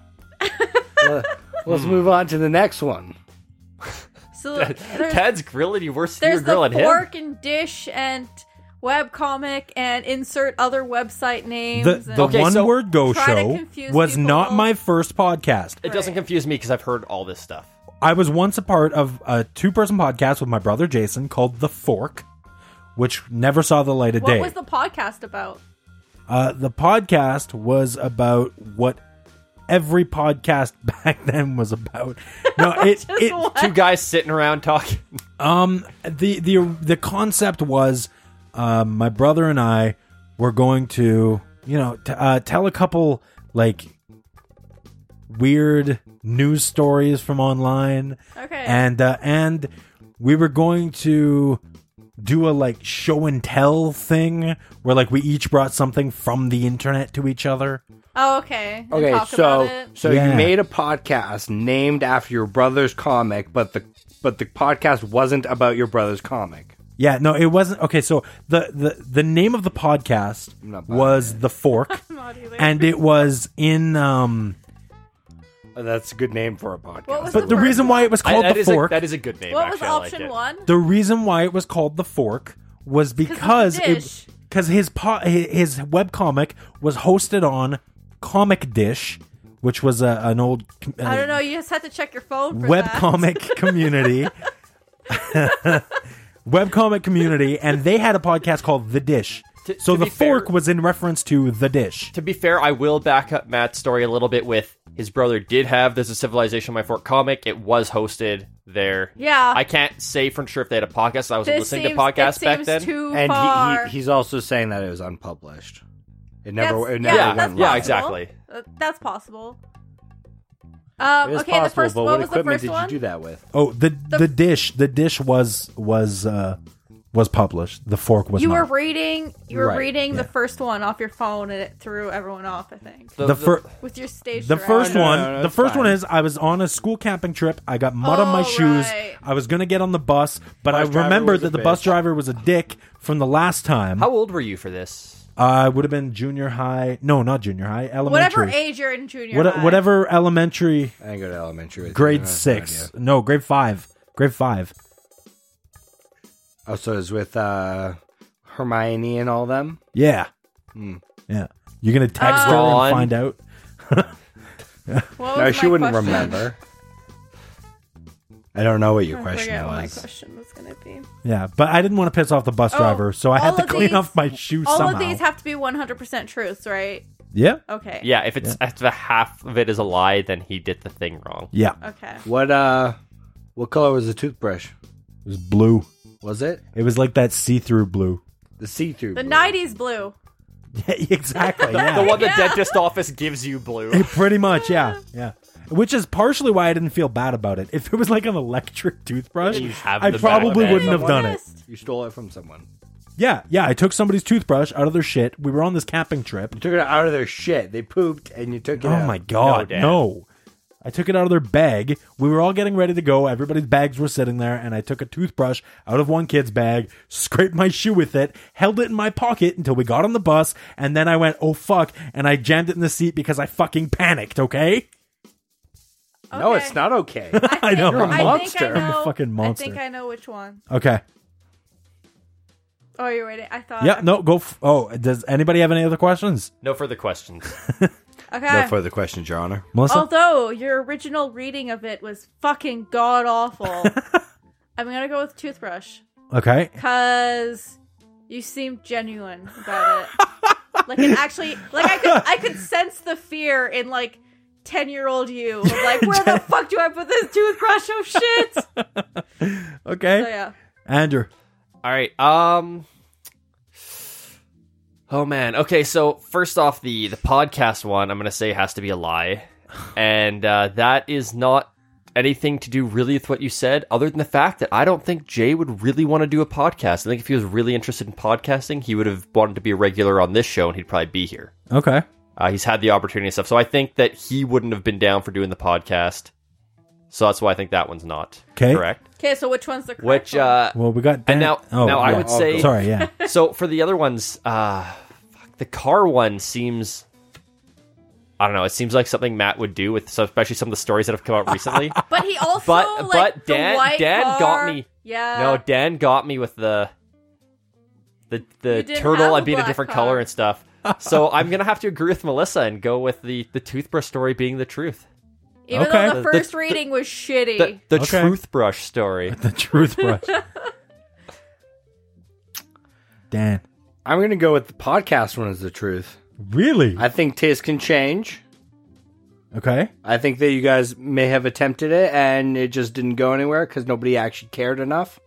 Let- Let's move on to the next one. So there's, Ted's grilling you worse than you're there's the grilling him. fork and dish and webcomic and insert other website names. The, and the Okay, One so- Word Go Try to show confuse was people. not my first podcast. It doesn't confuse me because I've heard all this stuff. I was once a part of a two person podcast with my brother Jason called The Fork, which never saw the light of what day. was the podcast about? Uh, the podcast was about what every podcast back then was about. No, it, it Two guys sitting around talking. um the the the concept was um my brother and I were going to you know t- uh, tell a couple like weird news stories from online Okay. and uh, and we were going to do a like show and tell thing where like we each brought something from the internet to each other. oh, okay. And Okay, talk about so it. so Yeah. you made a podcast named after your brother's comic, but the but the podcast wasn't about your brother's comic. Yeah, no, it wasn't. Okay, so the the, the name of the podcast not buying was The Fork, Not either. and it was in. um Oh, That's a good name for a podcast. What was But the first reason why it was I- called that The is a- Fork, that is a good name. What was actually. I like option it. one? the reason why it was called The Fork was because it's a it dish. because his po- hi- his webcomic was hosted on Comic Dish, which was a, an old uh, I don't know. You just had to check your phone for that. webcomic community. webcomic community, and they had a podcast called The Dish. To- so to the be fair- fork was in reference to the dish. To be fair, I will back up Matt's story a little bit with his brother did have There's a Civilization My Fork comic. It was hosted there. Yeah. I can't say for sure if they had a podcast. I was This listening seems, to podcasts it back seems then. Too and far. he, he, he's also saying that it was unpublished. It never That's- it never yeah, went that's live. yeah, possible. exactly. Uh, That's possible. Um, It is okay, possible, the first but what what was the equipment first did one? you do that with? Oh, the, the dish, the dish was was uh was published. The fork was You were not. reading. You were Right, reading the yeah. first one off your phone, and it threw everyone off. I think the, fir- with your stage. the first No, no, one, no, no, the it's first one fine. is I was on a school camping trip. I got mud on my Oh, shoes. right. I was gonna get on the bus, but Bus I driver remembered was a that the bus bitch. driver was a dick from the last time. How old were you for this? I would have been junior high. No, not junior high. Elementary. Whatever age you're in junior What- high. whatever elementary I didn't go to elementary. with grade you. six. No, grade five. Grade five. Oh, so it was with uh, Hermione and all them. Hmm. Yeah. Yeah. You're gonna Oh. text her Ron. and find out. What No, was she my wouldn't question? remember. I don't know what your I question forget what my was. question was going to be. Yeah, but I didn't want to piss off the bus Oh, driver, so I had all to of clean these- off my shoe All somehow. of these have to be 100% truths, right? yeah. Okay. Yeah, if it's if the half of it is a lie, then he did the thing wrong. Yeah. Okay. What uh, what color was the toothbrush? It was blue. Was it It was like that see-through blue. the see-through? The blue? 90s blue. Yeah, exactly. Yeah. The one the Yeah. dentist office gives you blue. Pretty much, yeah. Yeah. Which is partially why I didn't feel bad about it. If it was like an electric toothbrush, You have I the back probably then. wouldn't have done it. You stole it from someone. Yeah, yeah. I took somebody's toothbrush out of their shit. We were on this camping trip. You took it out of their shit. They pooped, and you took it. Oh out. my god, No, no, Dad. I took it out of their bag. We were all getting ready to go. Everybody's bags were sitting there, and I took a toothbrush out of one kid's bag, scraped my shoe with it, held it in my pocket until we got on the bus, and then I went, oh fuck, and I jammed it in the seat because I fucking panicked, okay? No, it's not okay. I know. You're a I monster. Think I I'm know, a fucking I think monster. I know which one. Okay. Oh, you're waiting. I thought. Yeah, no, go. F- oh, does anybody have any other questions? No further questions. Okay. further questions, Your Honor. Melissa? Although your original reading of it was fucking god awful. I'm going to go with toothbrush okay. because you seemed genuine about it. like, it actually, like, I could, I could sense the fear in, like, 10 year old you. Of, like, where the fuck do I put this toothbrush? Oh, shit. So, Okay. yeah. Andrew. All right. Um. Oh man. Okay. So first off, the the podcast one I'm gonna say has to be a lie, and uh, that is not anything to do really with what you said, other than the fact that I don't think Jay would really want to do a podcast. I think if he was really interested in podcasting, he would have wanted to be a regular on this show, and he'd probably be here. Okay. Uh, he's had the opportunity and stuff, so I think that he wouldn't have been down for doing the podcast. So that's why I think that one's not 'Kay. correct. Okay, so which one's the correct Which one? uh, Well, we got. Dan- now- oh, now I yeah. would say- Sorry, yeah. so for the other ones, uh, the car one seems I don't know, it seems like something Matt would do with so especially some of the stories that have come out recently. But he also But- like but the Dan- white Dan got car- me. no, Yeah. Dan got me with the the the You didn't turtle have and a being a black different car. color and stuff. So I'm gonna have to agree with Melissa and go with the the toothbrush story being the truth. Even Okay. though The- the the- first the- reading was shitty. The, the Okay. truthbrush story. The truth brush. Dan. I'm going to go with the podcast one as the truth. Really? I think taste can change. Okay. I think that you guys may have attempted it and it just didn't go anywhere because nobody actually cared enough.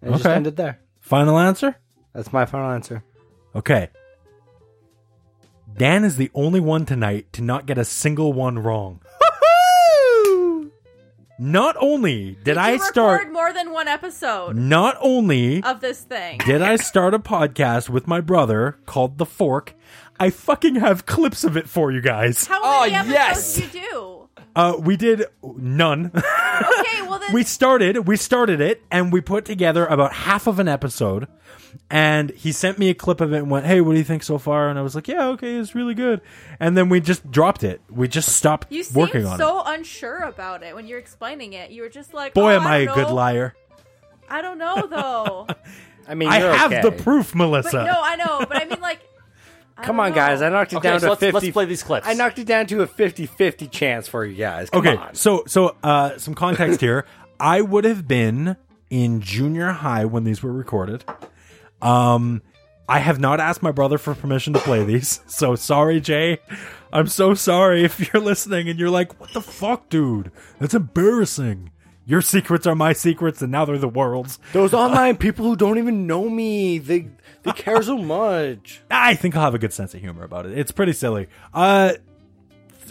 And it just Okay. ended there. Final answer? That's my final answer. Okay. Dan is the only one tonight to not get a single one wrong. not only did, Did I you start record more than one episode not only of this thing? did I start a podcast with my brother called The Fork, I fucking have clips of it for you guys. How many Oh, yes! episodes did you Uh we did none. do? Okay, well then we started we started it and we put together about half of an episode and he sent me a clip of it and went hey what do you think so far and i was like yeah okay it's really good and then we just dropped it we just stopped you seemed working on it so unsure about it when you were explaining it. You were just like, boy oh, am i I a don't good know. liar I don't know though. I mean, i you're have okay. the proof melissa but no, I know. But I mean, like, I Come don't on, know. guys. I knocked it Okay, down so to let's, 50. let's play these clips. I knocked it down to a 50 50 chance for you guys. Come okay on. so so uh some context here i would have been in junior high when these were recorded um I have not asked my brother for permission to play these. So sorry, Jay. I'm so sorry if you're listening and you're like, what the fuck, dude? That's embarrassing. Your secrets are my secrets and now they're the world's. Those online people who don't even know me, they they care so much. I think I'll have a good sense of humor about it. It's pretty silly. Uh,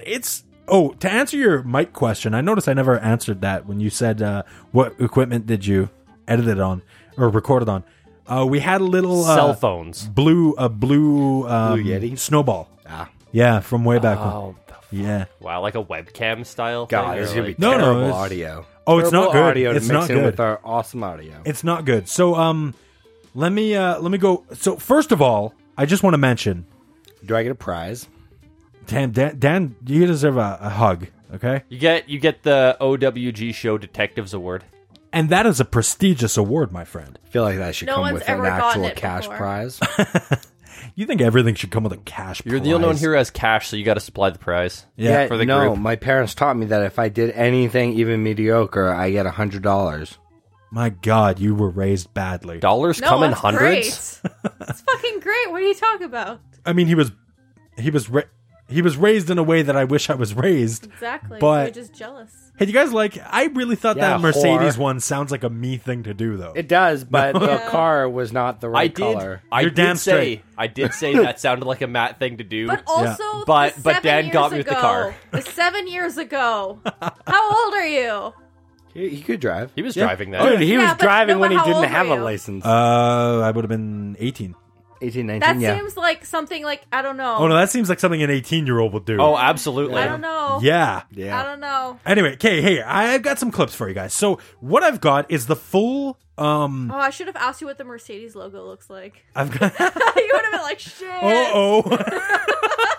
it's oh to answer your mic question. I noticed I never answered that when you said uh, what equipment did you edit it on or recorded on. Uh, we had a little uh, cell phones. blue a blue um, Blue Yeti? snowball. Yeah, from way back. when. Oh Yeah. wow, like a webcam style. God, this thing, or is gonna be like- No, no, terrible it's- audio. Oh, it's Terrible not good. Audio to It's mix not in good. with our awesome audio. It's not good. So um, let me uh let me go. So first of all, I just want to mention Do I get a prize? Dan. Dan, Dan you deserve a, a hug. Okay. You get you get the OWG show detectives award. And that is a prestigious award, my friend. I feel like that should No come one's with an ever gotten actual it cash before. prize. You think everything should come with a cash You're prize. the only one here who has cash, so you got to supply the prize. Yeah. for the no, group. my parents taught me that if I did anything even mediocre, I get a hundred dollars. My God, you were raised badly. Dollars No, come in that's hundreds. Great. it's fucking great. What are you talking about? I mean, he was, he was, ra- he was raised in a way that I wish I was raised. Exactly. But- You're just jealous. Hey, you guys like? I really thought Yeah, that Mercedes whore. one sounds like a me thing to do, though. It does, but the Yeah. car was not the right I did. color. I You're did damn say. straight. I did say that sounded like a Matt thing to do. But oh, also, the But- but seven Dan years got me with ago, the car. The seven years ago. How old are you? He, he could drive. he was Yeah. driving that. Oh, Dude, he Yeah, was but driving no, when he but how didn't old have were a you? license. uh, I would have been eighteen. Eighteen, nineteen. That 18, 19, yeah. seems like something like I don't know. Oh no, that seems like something an eighteen-year-old would do. Oh, absolutely. I don't know. yeah. yeah. I don't know. Anyway, okay, hey, I've got some clips for you guys. So what I've got is the full. Um, Oh, I should have asked you what the Mercedes logo looks like. I've got. you would have been like, shit. oh oh,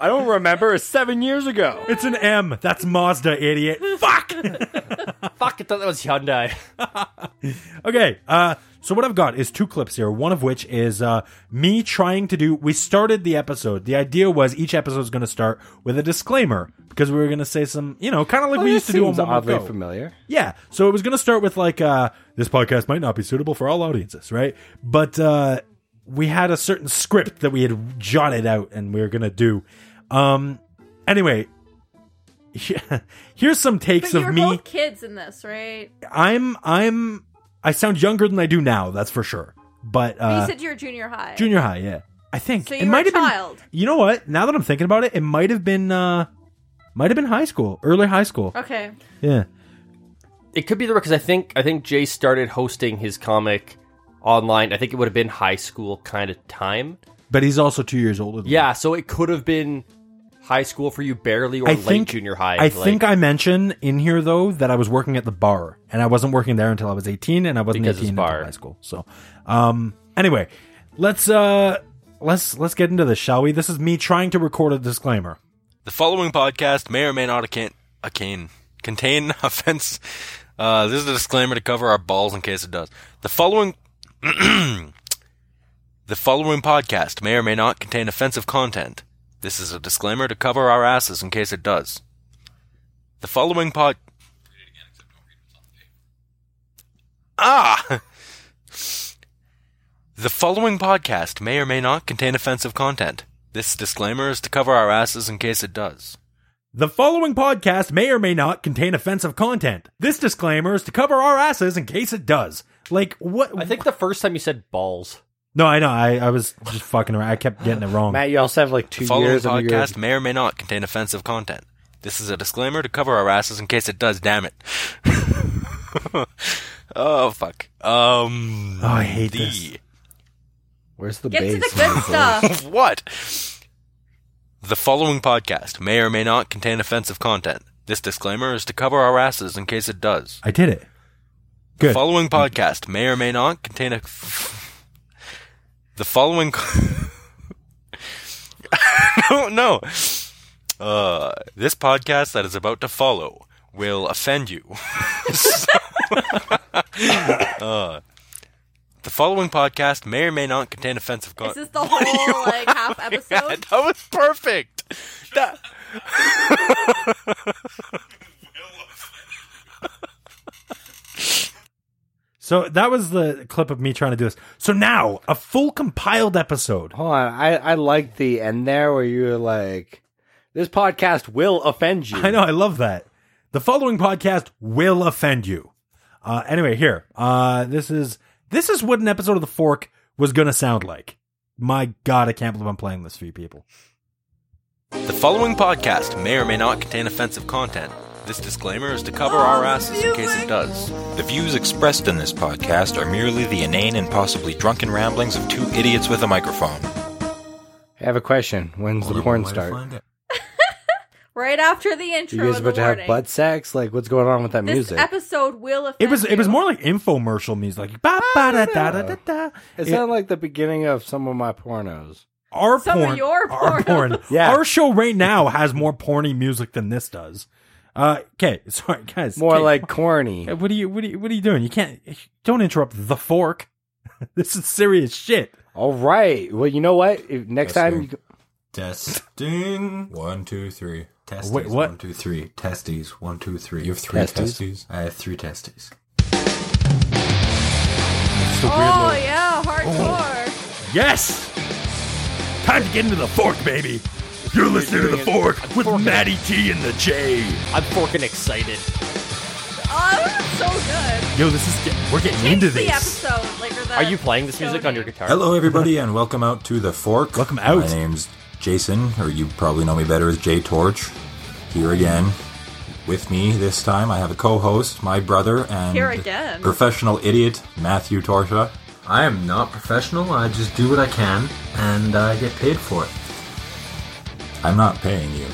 I don't remember. It's seven years ago. it's an M. That's Mazda, idiot. Fuck. Fuck! I thought that was Hyundai. Okay, uh, so what I've got is two clips here. One of which is uh, me trying to do. We started the episode. The idea was each episode is going to start with a disclaimer because we were going to say some, you know, kind of like we used to do Oh, a seems moment oddly ago. familiar. Yeah, so it was going to start with like, uh, this podcast might not be suitable for all audiences, right? But uh, we had a certain script that we had jotted out and we were going to do. Um, anyway. Here's some takes But you of were me. both kids in this, right? I'm I'm I sound younger than I do now, that's for sure. But But uh you said you were junior high. junior high, yeah. I think So it you were might a have child. been You know what? Now that I'm thinking about it, it might have been uh might have been high school, early high school. Okay. Yeah. It could be the because I think I think Jay started hosting his comic online. I think it would have been high school kind of time. But he's also 2 years older than me. Yeah, so it could have been high school for you barely or I late think junior high. I think I mentioned in here though that I was working at the bar, and I wasn't working there until I was eighteen, and I wasn't Because it's eighteen bar. until high school. So, um, anyway, let's. uh let's let's get into this, shall we? This is me trying to record a disclaimer. The following podcast may or may not accan- accane- contain offense. Uh, this is a disclaimer to cover our balls in case it does. The following. the following podcast may or may not contain offensive content. This is a disclaimer to cover our asses in case it does. The following pod. Ah! The following podcast may or may not contain offensive content. This disclaimer is to cover our asses in case it does. The following podcast may or may not contain offensive content. This disclaimer is to cover our asses in case it does. Like what? I think the first time you said balls. no, I know. I, I was just fucking around. I kept getting it wrong. Matt, you also have like two The following years under your podcast may or may not contain offensive content. This is a disclaimer to cover our asses in case it does, damn it. oh, fuck. Um. Oh, I hate the. Where's the Get base? to the good stuff. what? The following podcast may or may not contain offensive content. This disclaimer is to cover our asses in case it does. I did it. Good. The following podcast may or may not contain a. The following. I don't know. Uh, this podcast that is about to follow will offend you. So- uh, the following podcast may or may not contain offensive Is content. this the whole like half Yeah, episode? that was perfect. That- So that was the clip of me trying to do this. So now a full compiled episode. Hold on, I I like the end there where you're like, this podcast will offend you. I know. I love that. The following podcast will offend you. Uh, anyway, here. Uh, this is this is what an episode of the Fork was gonna sound like. My God, I can't believe I'm playing this for you people. The following podcast may or may not contain offensive content. This disclaimer is to cover our asses in case it does. The views expressed in this podcast are merely the inane and possibly drunken ramblings of two idiots with a microphone. I have a question. When's the porn start? Right after the intro. You guys and the about to have warning. butt sex? Like, what's going on with that This music? episode will offend It was it was you. more like infomercial music, like ba ba da da da da da. it It- sounded like the beginning of some of my pornos. Our Some of porn, your our pornos. porn. Yeah. Our show right now has more porny music than this does. Uh, okay, sorry guys. More 'Kay. like corny. Hey, Uh, What are you? What are you? What are you doing? You can't. Don't interrupt the fork. this is serious shit. All right. Well, you know what? If, next That's time, good. you, go- Testing. One, two, three. Testes. Wait, what? one, two, three. Testes. One, two, three. You have three Testes? I have three testes. Oh yeah, Oh. hardcore. Yes. Time to get into the fork, baby. You're listening to the fork with Matty T and the J. I'm fucking excited. Oh, that was so good. Yo, this is get- we're getting Change into the this. episode. Like, or the Are you playing this music show on your name. guitar? Hello, everybody, and welcome out to the fork. Welcome out. My name's Jason, or you probably know me better as Jay Torch. Here again, with me this time, I have a co-host, my brother, and Here again. professional idiot Matthew Torsha. I am not professional. I just do what I can, and I get paid for it. I'm not paying you.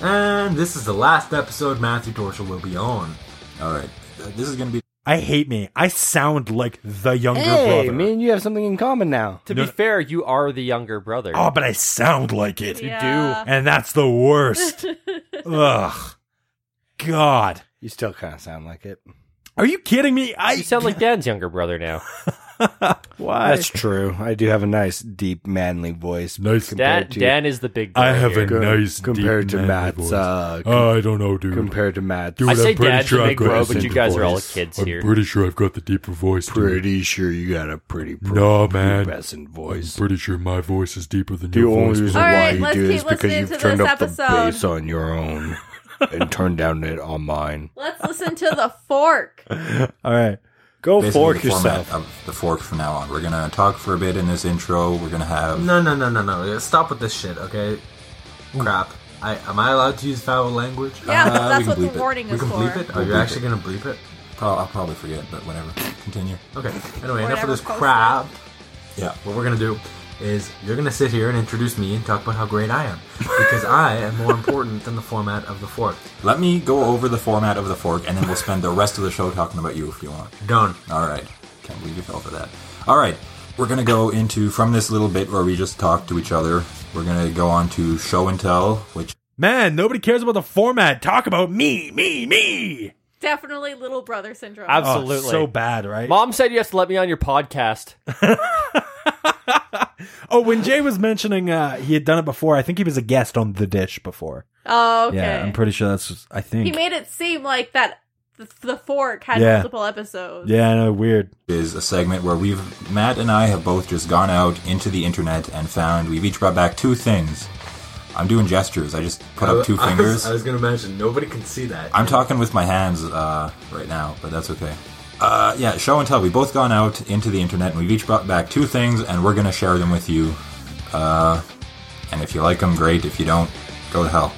And this is the last episode Matthew Dorsal will be on. All right, Uh, this is gonna be I hate me. I sound like the younger hey, brother. me and you have something in common now. To be fair, you are the younger brother. Oh, but I sound like it. Yeah. And that's the worst. Ugh. God. You still kind of sound like it. Are you kidding me? I You sound like Dan's younger brother now. why? That's true. I do have a nice, deep, manly voice. Nice Dan, Dan is the big. I brother have here. a nice compared deep to manly Matt's. voice. Oh, Uh, I don't know, dude. compared to Matt's. I Dude, say I'm pretty Dan's sure the I've big got bro, a but you deep guys are all voice. kids I'm here. pretty sure I've got the deeper voice. dude. pretty sure you got a pretty pro- No, man. pubescent I'm voice. pretty sure my voice is deeper than The your only voice. reason All why right, you let's do keep this because listening you've to turned this up the episode. bass on your own and turned down it on mine. Let's listen to the fork. Uh, All right. Go basically fork the format yourself. of the fork from now on. We're gonna talk for a bit in this intro. We're gonna have No, no, no, no, no. Stop with this shit, okay? Crap. I am I allowed to use foul language? Yeah, Uh, we that's can what bleep the it. warning we is can bleep for. it. Are you bleep actually gonna bleep it? Pro- I'll probably forget, but whatever. Continue. Okay. Anyway, enough Whatever, of this post it. crap. Yeah. What we're gonna do is you're gonna sit here and introduce me and talk about how great I am because I am more important than the format of the fork. Let me go over the format of the fork, and then we'll spend the rest of the show talking about you if you want. Done. All right. Can't believe you fell for that. All right. we're gonna go into from this little bit where we just talk to each other. We're gonna go on to show and tell, which man, nobody cares about the format. Talk about me, me, me. Definitely little brother syndrome. Oh, it's so bad, right? Mom said you have to let me on your podcast. Oh, when Jay was mentioning uh, he had done it before, I think he was a guest on The Dish before. Oh, okay. Yeah, I'm pretty sure that's. I think. He made it seem like that the, the fork had Yeah. multiple episodes. yeah, I know, weird. is a segment where we've Matt and I have both just gone out into the internet and found we've each brought back two things. I'm doing gestures. I just put I- up two I was- fingers. I was gonna mention nobody can see that. I'm talking with my hands uh, right now, but that's okay. Uh, yeah, show and tell. We've both gone out into the internet and we've each brought back two things and we're going to share them with you. Uh, and if you like them, great. If you don't, go to hell.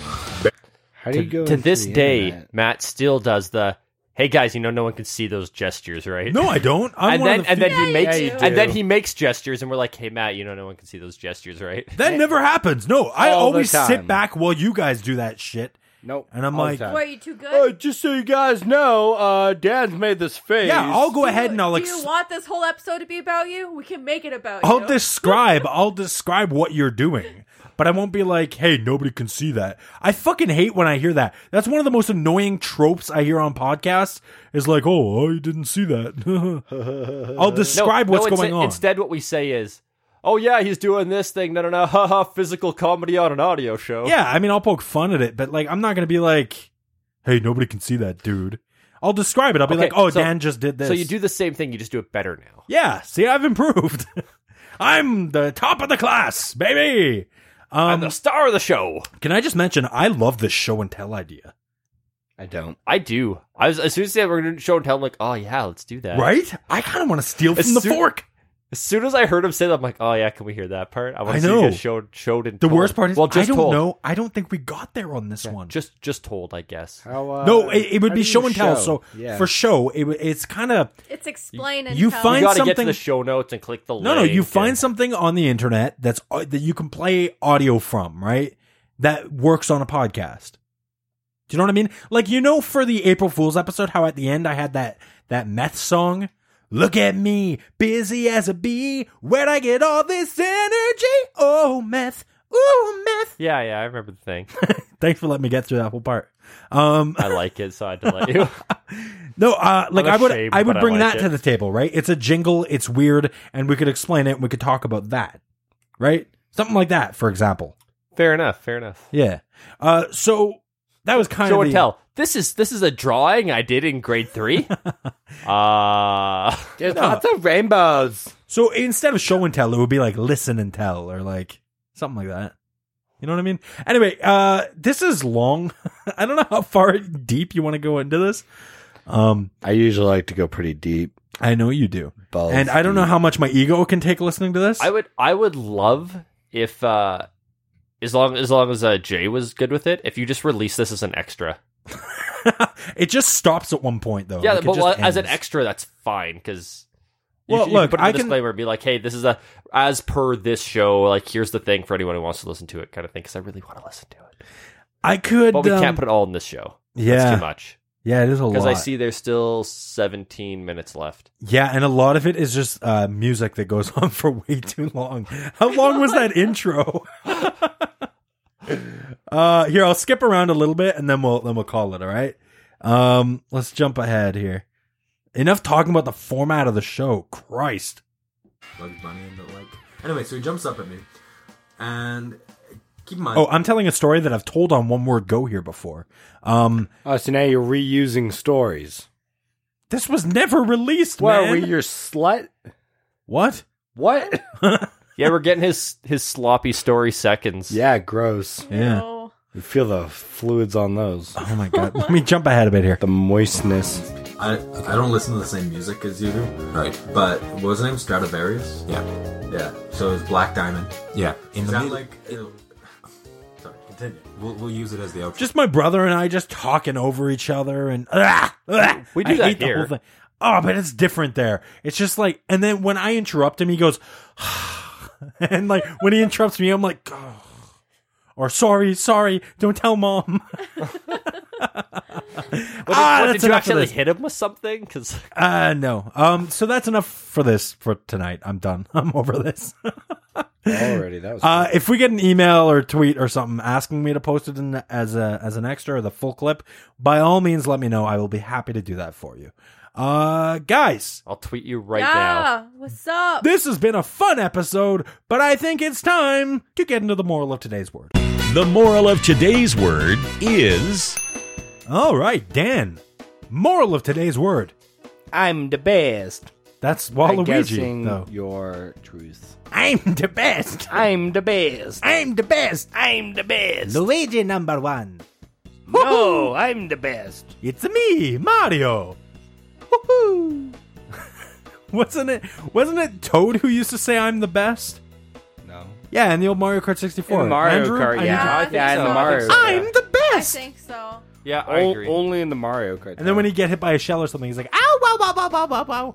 How to, to this day, Matt still does the hey guys, you know no one can see those gestures, right? No, I don't. I'm and one then of the and then few- he Yeah, makes you do. and then he makes gestures, and we're like, hey Matt, you know no one can see those gestures, right? That never happens. No, I All the always sit time. back while you guys do that shit. Nope. And I'm all the like, time. Were you too good? Oh, just so you guys know, uh, Dan's made this face. yeah, I'll go ahead and I'll Do you ex- want this whole episode to be about you? We can make it about I'll you. describe. I'll describe what you're doing. But I won't be like, hey, nobody can see that. I fucking hate when I hear that. That's one of the most annoying tropes I hear on podcasts. Is like, oh, I didn't see that. I'll describe No, what's no, going instead- on. Instead, what we say is, oh yeah, he's doing this thing. No, no, no, haha, physical comedy on an audio show. Yeah, I mean, I'll poke fun at it, but like, I'm not gonna be like, "Hey, nobody can see that, dude." I'll describe it. I'll be Okay, like, "Oh, so- Dan just did this." So you do the same thing, you just do it better now. Yeah. See, I've improved. I'm the top of the class, baby. Um, I'm the star of the show. Can I just mention? I love this show and tell idea. I don't. I do. I was as soon as they were going to show and tell, I'm like, oh yeah, let's do that. Right? I kind of want to steal from As the soon- fork. As soon as I heard him say that, I'm like, oh yeah, can we hear that part? I want I to see you know. guys showed showed and The told. worst part is well, just I don't told. know. I don't think we got there on this one. Just just told, I guess. How, uh, no, it, it would how be do you show and tell. So Yeah. for show, it, w- it's kind of It's explain and you tell. find you gotta get to something- the show notes and click the No, no, link you find and- something on the internet that's uh, that you can play audio from, right? That works on a podcast. Do you know what I mean? Like you know for the April Fools episode how at the end I had that that meth song, Look at me, busy as a bee, where'd I get all this energy? Oh, meth. Ooh, meth. Yeah, yeah, I remember the thing. Thanks for letting me get through that whole part. Um I like it, so I had to let you. No, uh, like I'm I would, ashamed, I would but I bring like that it. to the table, right? It's a jingle, it's weird, and we could explain it. and We could talk about that, right? Something like that, for example. Fair enough. Fair enough. Yeah. Uh, so that was kind show of and the- tell. This is this is a drawing I did in grade three. uh There's No. lots of rainbows. So instead of show and tell, it would be like listen and tell, or like something like that. You know what I mean? Anyway, uh, this is long. I don't know how far deep you want to go into this. Um, I usually like to go pretty deep. I know you do. Balls and I don't know how much my ego can take listening to this. I would I would love if uh as long as long as uh, Jay was good with it, if you just release this as an extra. it just stops at one point, though. yeah, Like, it but Oh, just well, as an ends. extra that's fine because Well, you, should- you look, can put in I the can- disclaimer and be like, "Hey, this is a as per this show. Like, here's the thing for anyone who wants to listen to it, kind of thing." Because I really want to listen to it, I could. but we um, can't put it all in this show. Yeah. That's too much. Yeah, it is a lot. Because I see there's still 17 minutes left. Yeah, and a lot of it is just uh, music that goes on for way too long. How long was that intro? uh, here, I'll skip around a little bit, and then we'll then we'll call it. All right. Um, let's jump ahead here. Enough talking about the format of the show. Christ. Bugs Bunny and the like. Anyway, so he jumps up at me, and keep in mind. Oh, I'm telling a story that I've told on One Word Go here before. Um, Oh, so now you're reusing stories. this was never released, What are man. we, your slut? what? What? yeah, we're getting his his sloppy story seconds. Yeah, gross. Yeah. No. You feel the fluids on those. Oh my god. Let me jump ahead a bit here. The moistness. I I don't listen to the same music as you do, Right. but what was his name Stradivarius? Yeah. Yeah. So it's Black Diamond. Yeah. In Is the that mid- like? sorry, continue. we'll, we'll use it as the outro. just my brother and I just talking over each other and ah, ah, We do I that hate here. The whole thing. Oh, but it's different there. It's just like, and then when I interrupt him, he goes, and like when he interrupts me, I'm like, oh, or sorry, sorry, don't tell mom. What did, Ah, what, that's did you enough of actually this. hit him with something? Because Uh no. Um so that's enough for this for tonight. I'm done. I'm over this. Already, that was. Uh if we get an email or tweet or something asking me to post it in as a as an extra or the full clip, by all means let me know. I will be happy to do that for you. Uh guys, I'll tweet you right yeah. What's up? This has been a fun episode, but I think it's time to get into the moral of today's word. The moral of today's word is. All right, Dan. Moral of today's word. I'm the best. That's I'm Waluigi, guessing though. your truth. I'm the best. I'm the best. I'm the best. I'm the best. Luigi number one. No, I'm the best. It's me, Mario. Woohoo! wasn't it? Wasn't it Toad who used to say I'm the best? No. Yeah, in the old Mario Kart 64. In Mario Andrew, Kart, I need yeah. to- Yeah, I think in so. the Mario. I'm the I best. think so. Yeah, I O- agree. only in the Mario Kart. And then when he get hit by a shell or something, he's like, "Ow, wow, wow, wow, wow, wow, wow!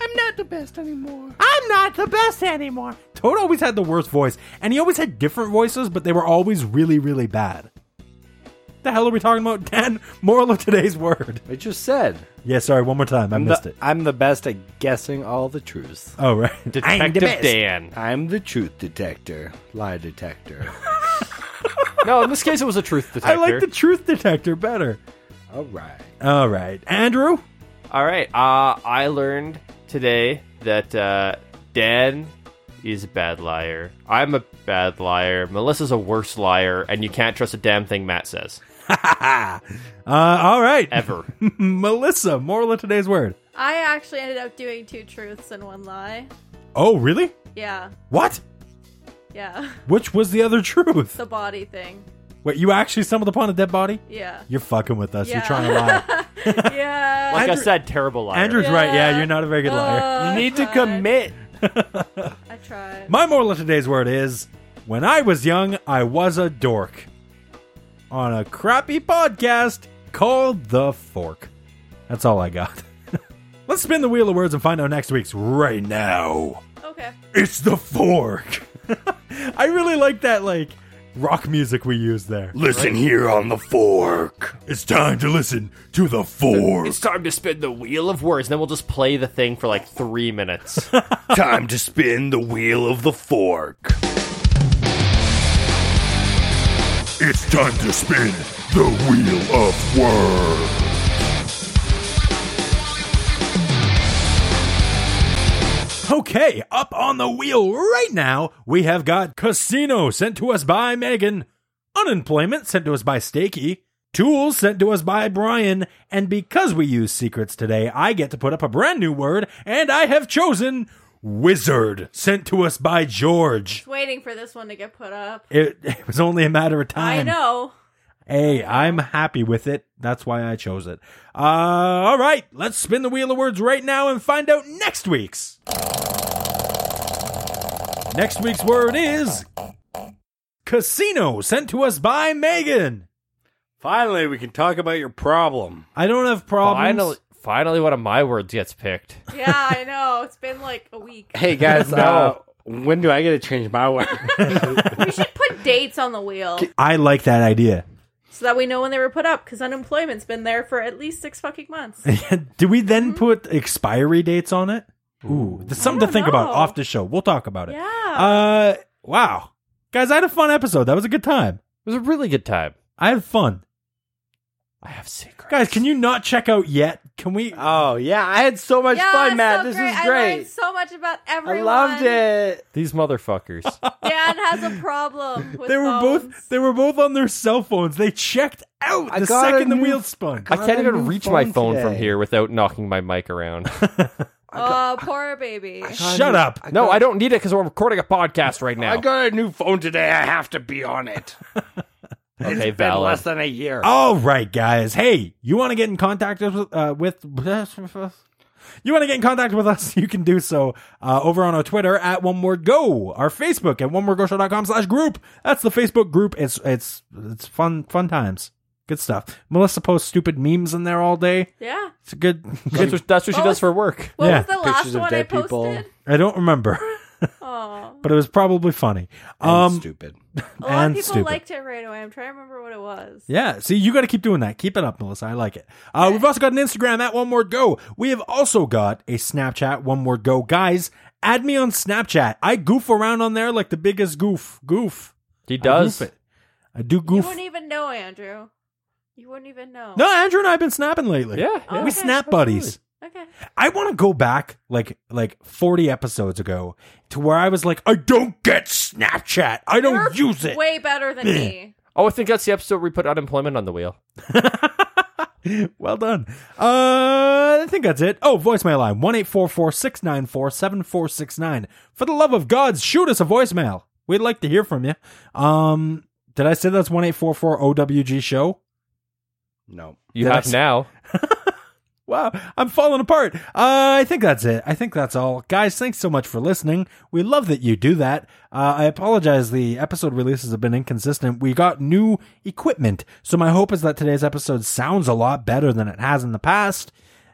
I'm not the best anymore. I'm not the best anymore." Toad always had the worst voice, and he always had different voices, but they were always really, really bad. The hell are we talking about, Dan? Moral of today's word. I just said. Yeah, sorry, one more time, I I'm missed the, it. I'm the best at guessing all the truths. Oh right, I'm the now. Detective best. Dan. I'm the truth detector, lie detector. No, in this case, it was a truth I detector. like the truth detector better. All right. All right, Andrew. All right. Uh, I learned today that uh, Dan is a bad liar. I'm a bad liar. Melissa's a worse liar, and you can't trust a damn thing Matt says Uh, all right, ever. Melissa. Moral of today's word. I actually ended up doing two truths and one lie. Oh really? Yeah. What? Yeah. Which was the other truth? The body thing. Wait, you actually stumbled upon a dead body? Yeah. You're fucking with us. You're Yeah. trying to lie. yeah. like I Andrew- said, terrible liar. Andrew's right. Yeah, Yeah. you're not a very good liar. Uh, I tried. I tried. My moral of today's word is when I was young, I was a dork on a crappy podcast called The Fork. That's all I got. Let's spin the wheel of words and find out next week's right now. okay. It's The Fork. I really like that, like, rock music we use there. Listen here on the fork. It's time to listen to The Fork. It's time to spin the wheel of words. Then we'll just play the thing for like three minutes. Time to spin the wheel of the fork. It's time to spin the wheel of word. Okay, up on the wheel right now, we have got Casino sent to us by Megan, Unemployment sent to us by Stakey, Tools sent to us by Brian, and because we use secrets today, I get to put up a brand new word, and I have chosen Wizard sent to us by George. Just waiting for this one to get put up. It, it was only a matter of time. I know. Hey, I'm happy with it. That's why I chose it. Uh, all right, let's spin the wheel of words right now and find out next week's. Next week's word is casino, sent to us by Megan. Finally, we can talk about your problem. I don't have problems. finally, finally, one of my words gets picked. Yeah, I know. It's been like a week. Hey guys, uh, when do I get to change my word? We should put dates on the wheel I like that idea. so that we know when they were put up because unemployment's been there for at least six fucking months. Do we then put expiry dates on it? Ooh, that's something to Mm-hmm. don't think about know. off the show. We'll talk about it. Yeah. Uh, wow. Guys, I had a fun episode. That was a good time. It was a really good time. I had fun. I have secrets. Guys, can you not check out yet? Can we? oh yeah, I had so much yeah, fun, Matt. so this great. is I learned great. Uh, so much about I, everyone. loved it. These motherfuckers. Dan has a problem. With they were both phones. they were both on their cell phones. They checked out I the got a second the new- wheel spun. I Got can't a even new reach my phone phone from today. here without knocking my mic around. Oh, poor baby. Shut up. no, I don't need it because we're recording a podcast right now. I got a new phone today. I have to be on it. okay, It's been valid. less than a year. All right, guys. Hey, you want to get in contact with uh, with you want to get in contact with us? You can do so uh, over on our Twitter at One Word Go, our Facebook at onewordgoshow.com slash group. That's the Facebook group. It's it's it's fun fun times. Good stuff. Melissa posts stupid memes in there all day. Yeah. It's a good. That's what, that's what she What does was- for work. What Yeah. was the Pictures last of one I dead posted? people. I don't remember. Oh. but it was probably funny. And um, stupid. A lot of and people stupid. liked it right away. I'm trying to remember what it was. Yeah, see, you got to keep doing that. Keep it up, Melissa. I like it. Uh, we've also got an Instagram at One Word Go. We have also got a Snapchat, One Word Go. Guys, add me on Snapchat. I goof around on there like the biggest goof. Goof. He I, goof it. I do goof. You wouldn't even know, Andrew. You wouldn't even know. No, Andrew and I have been snapping lately. Yeah, yeah. we Oh, Okay, snap buddies. Okay. I want to go back like like forty episodes ago to where I was like, I don't get Snapchat. I don't You're use it. Way better than me. Oh, I think that's the episode we put unemployment on the wheel. well done. Uh, I think that's it. Oh, voicemail line one eight four four six nine four seven four six nine. For the love of God, shoot us a voicemail. We'd like to hear from you. Um, did I say that's one eight four four OWG show? No. You Did I have s- now. Wow, I'm falling apart. Uh, I think that's it. I think that's all. Guys, thanks so much for listening. We love that you do that. Uh, I apologize. The episode releases have been inconsistent. We got new equipment. So my hope is that today's episode sounds a lot better than it has in the past.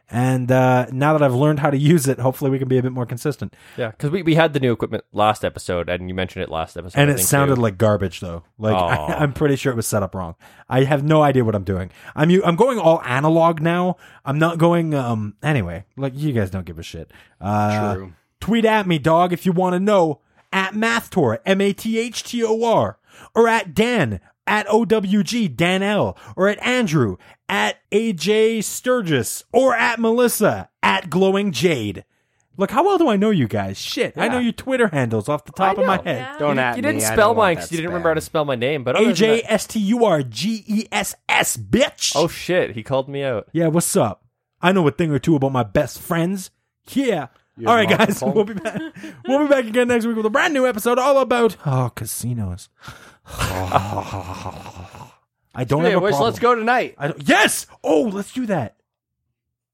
And uh, now that I've learned how to use it, hopefully we can be a bit more consistent. Yeah, because we, we had the new equipment last episode, and you mentioned it last episode. and I it think, sounded too. like garbage, though. Like Aw. I, I'm pretty sure it was set up wrong. I have no idea what I'm doing. I'm u- I'm going all analog now. I'm not going. Um. Anyway, like you guys don't give a shit. Uh, True. Tweet at me, dog, if you want to know. At Mathtor, M A T H T O R, or at Dan at O W G Dan L, or at Andrew at A J Sturgis, or at Melissa at Glowing Jade. Look, how well do I know you guys? Shit, I know your Twitter handles off the top of my head. Don't you, at you me. didn't I spell don't want mine that because you didn't spam. remember how to spell my name, but other A than J that- S T U R G E S S, bitch. Oh shit! He called me out. yeah, what's up? I know a thing or two about my best friends. Yeah. You all right, have guys, multiple? we'll be back. we'll be back again next week with a brand new episode all about oh casinos. I don't Hey, have a which problem. let's go tonight. I don't, yes. Oh, let's do that.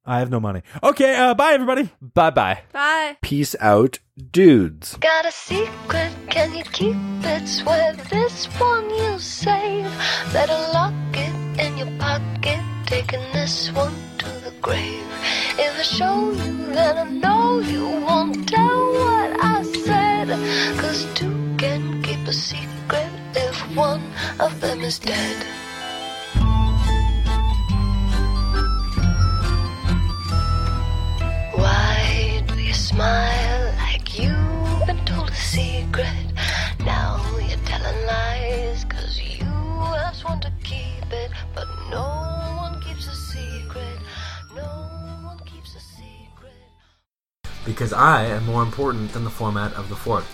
I have no money. Okay. Uh, bye, everybody. Bye bye. Bye. Peace out, dudes. Got a secret, can you keep it? Swear this one you'll save. Better lock it in your pocket, taking this one to the grave. If I show you, then I know you won't tell what I said. Cause two can keep a secret if one of them is dead. Why do you smile like you've been told a secret? Now you're telling lies, cause you just want to keep it. But no one keeps a secret. No one keeps a secret. Because I am more important than the format of the fourth.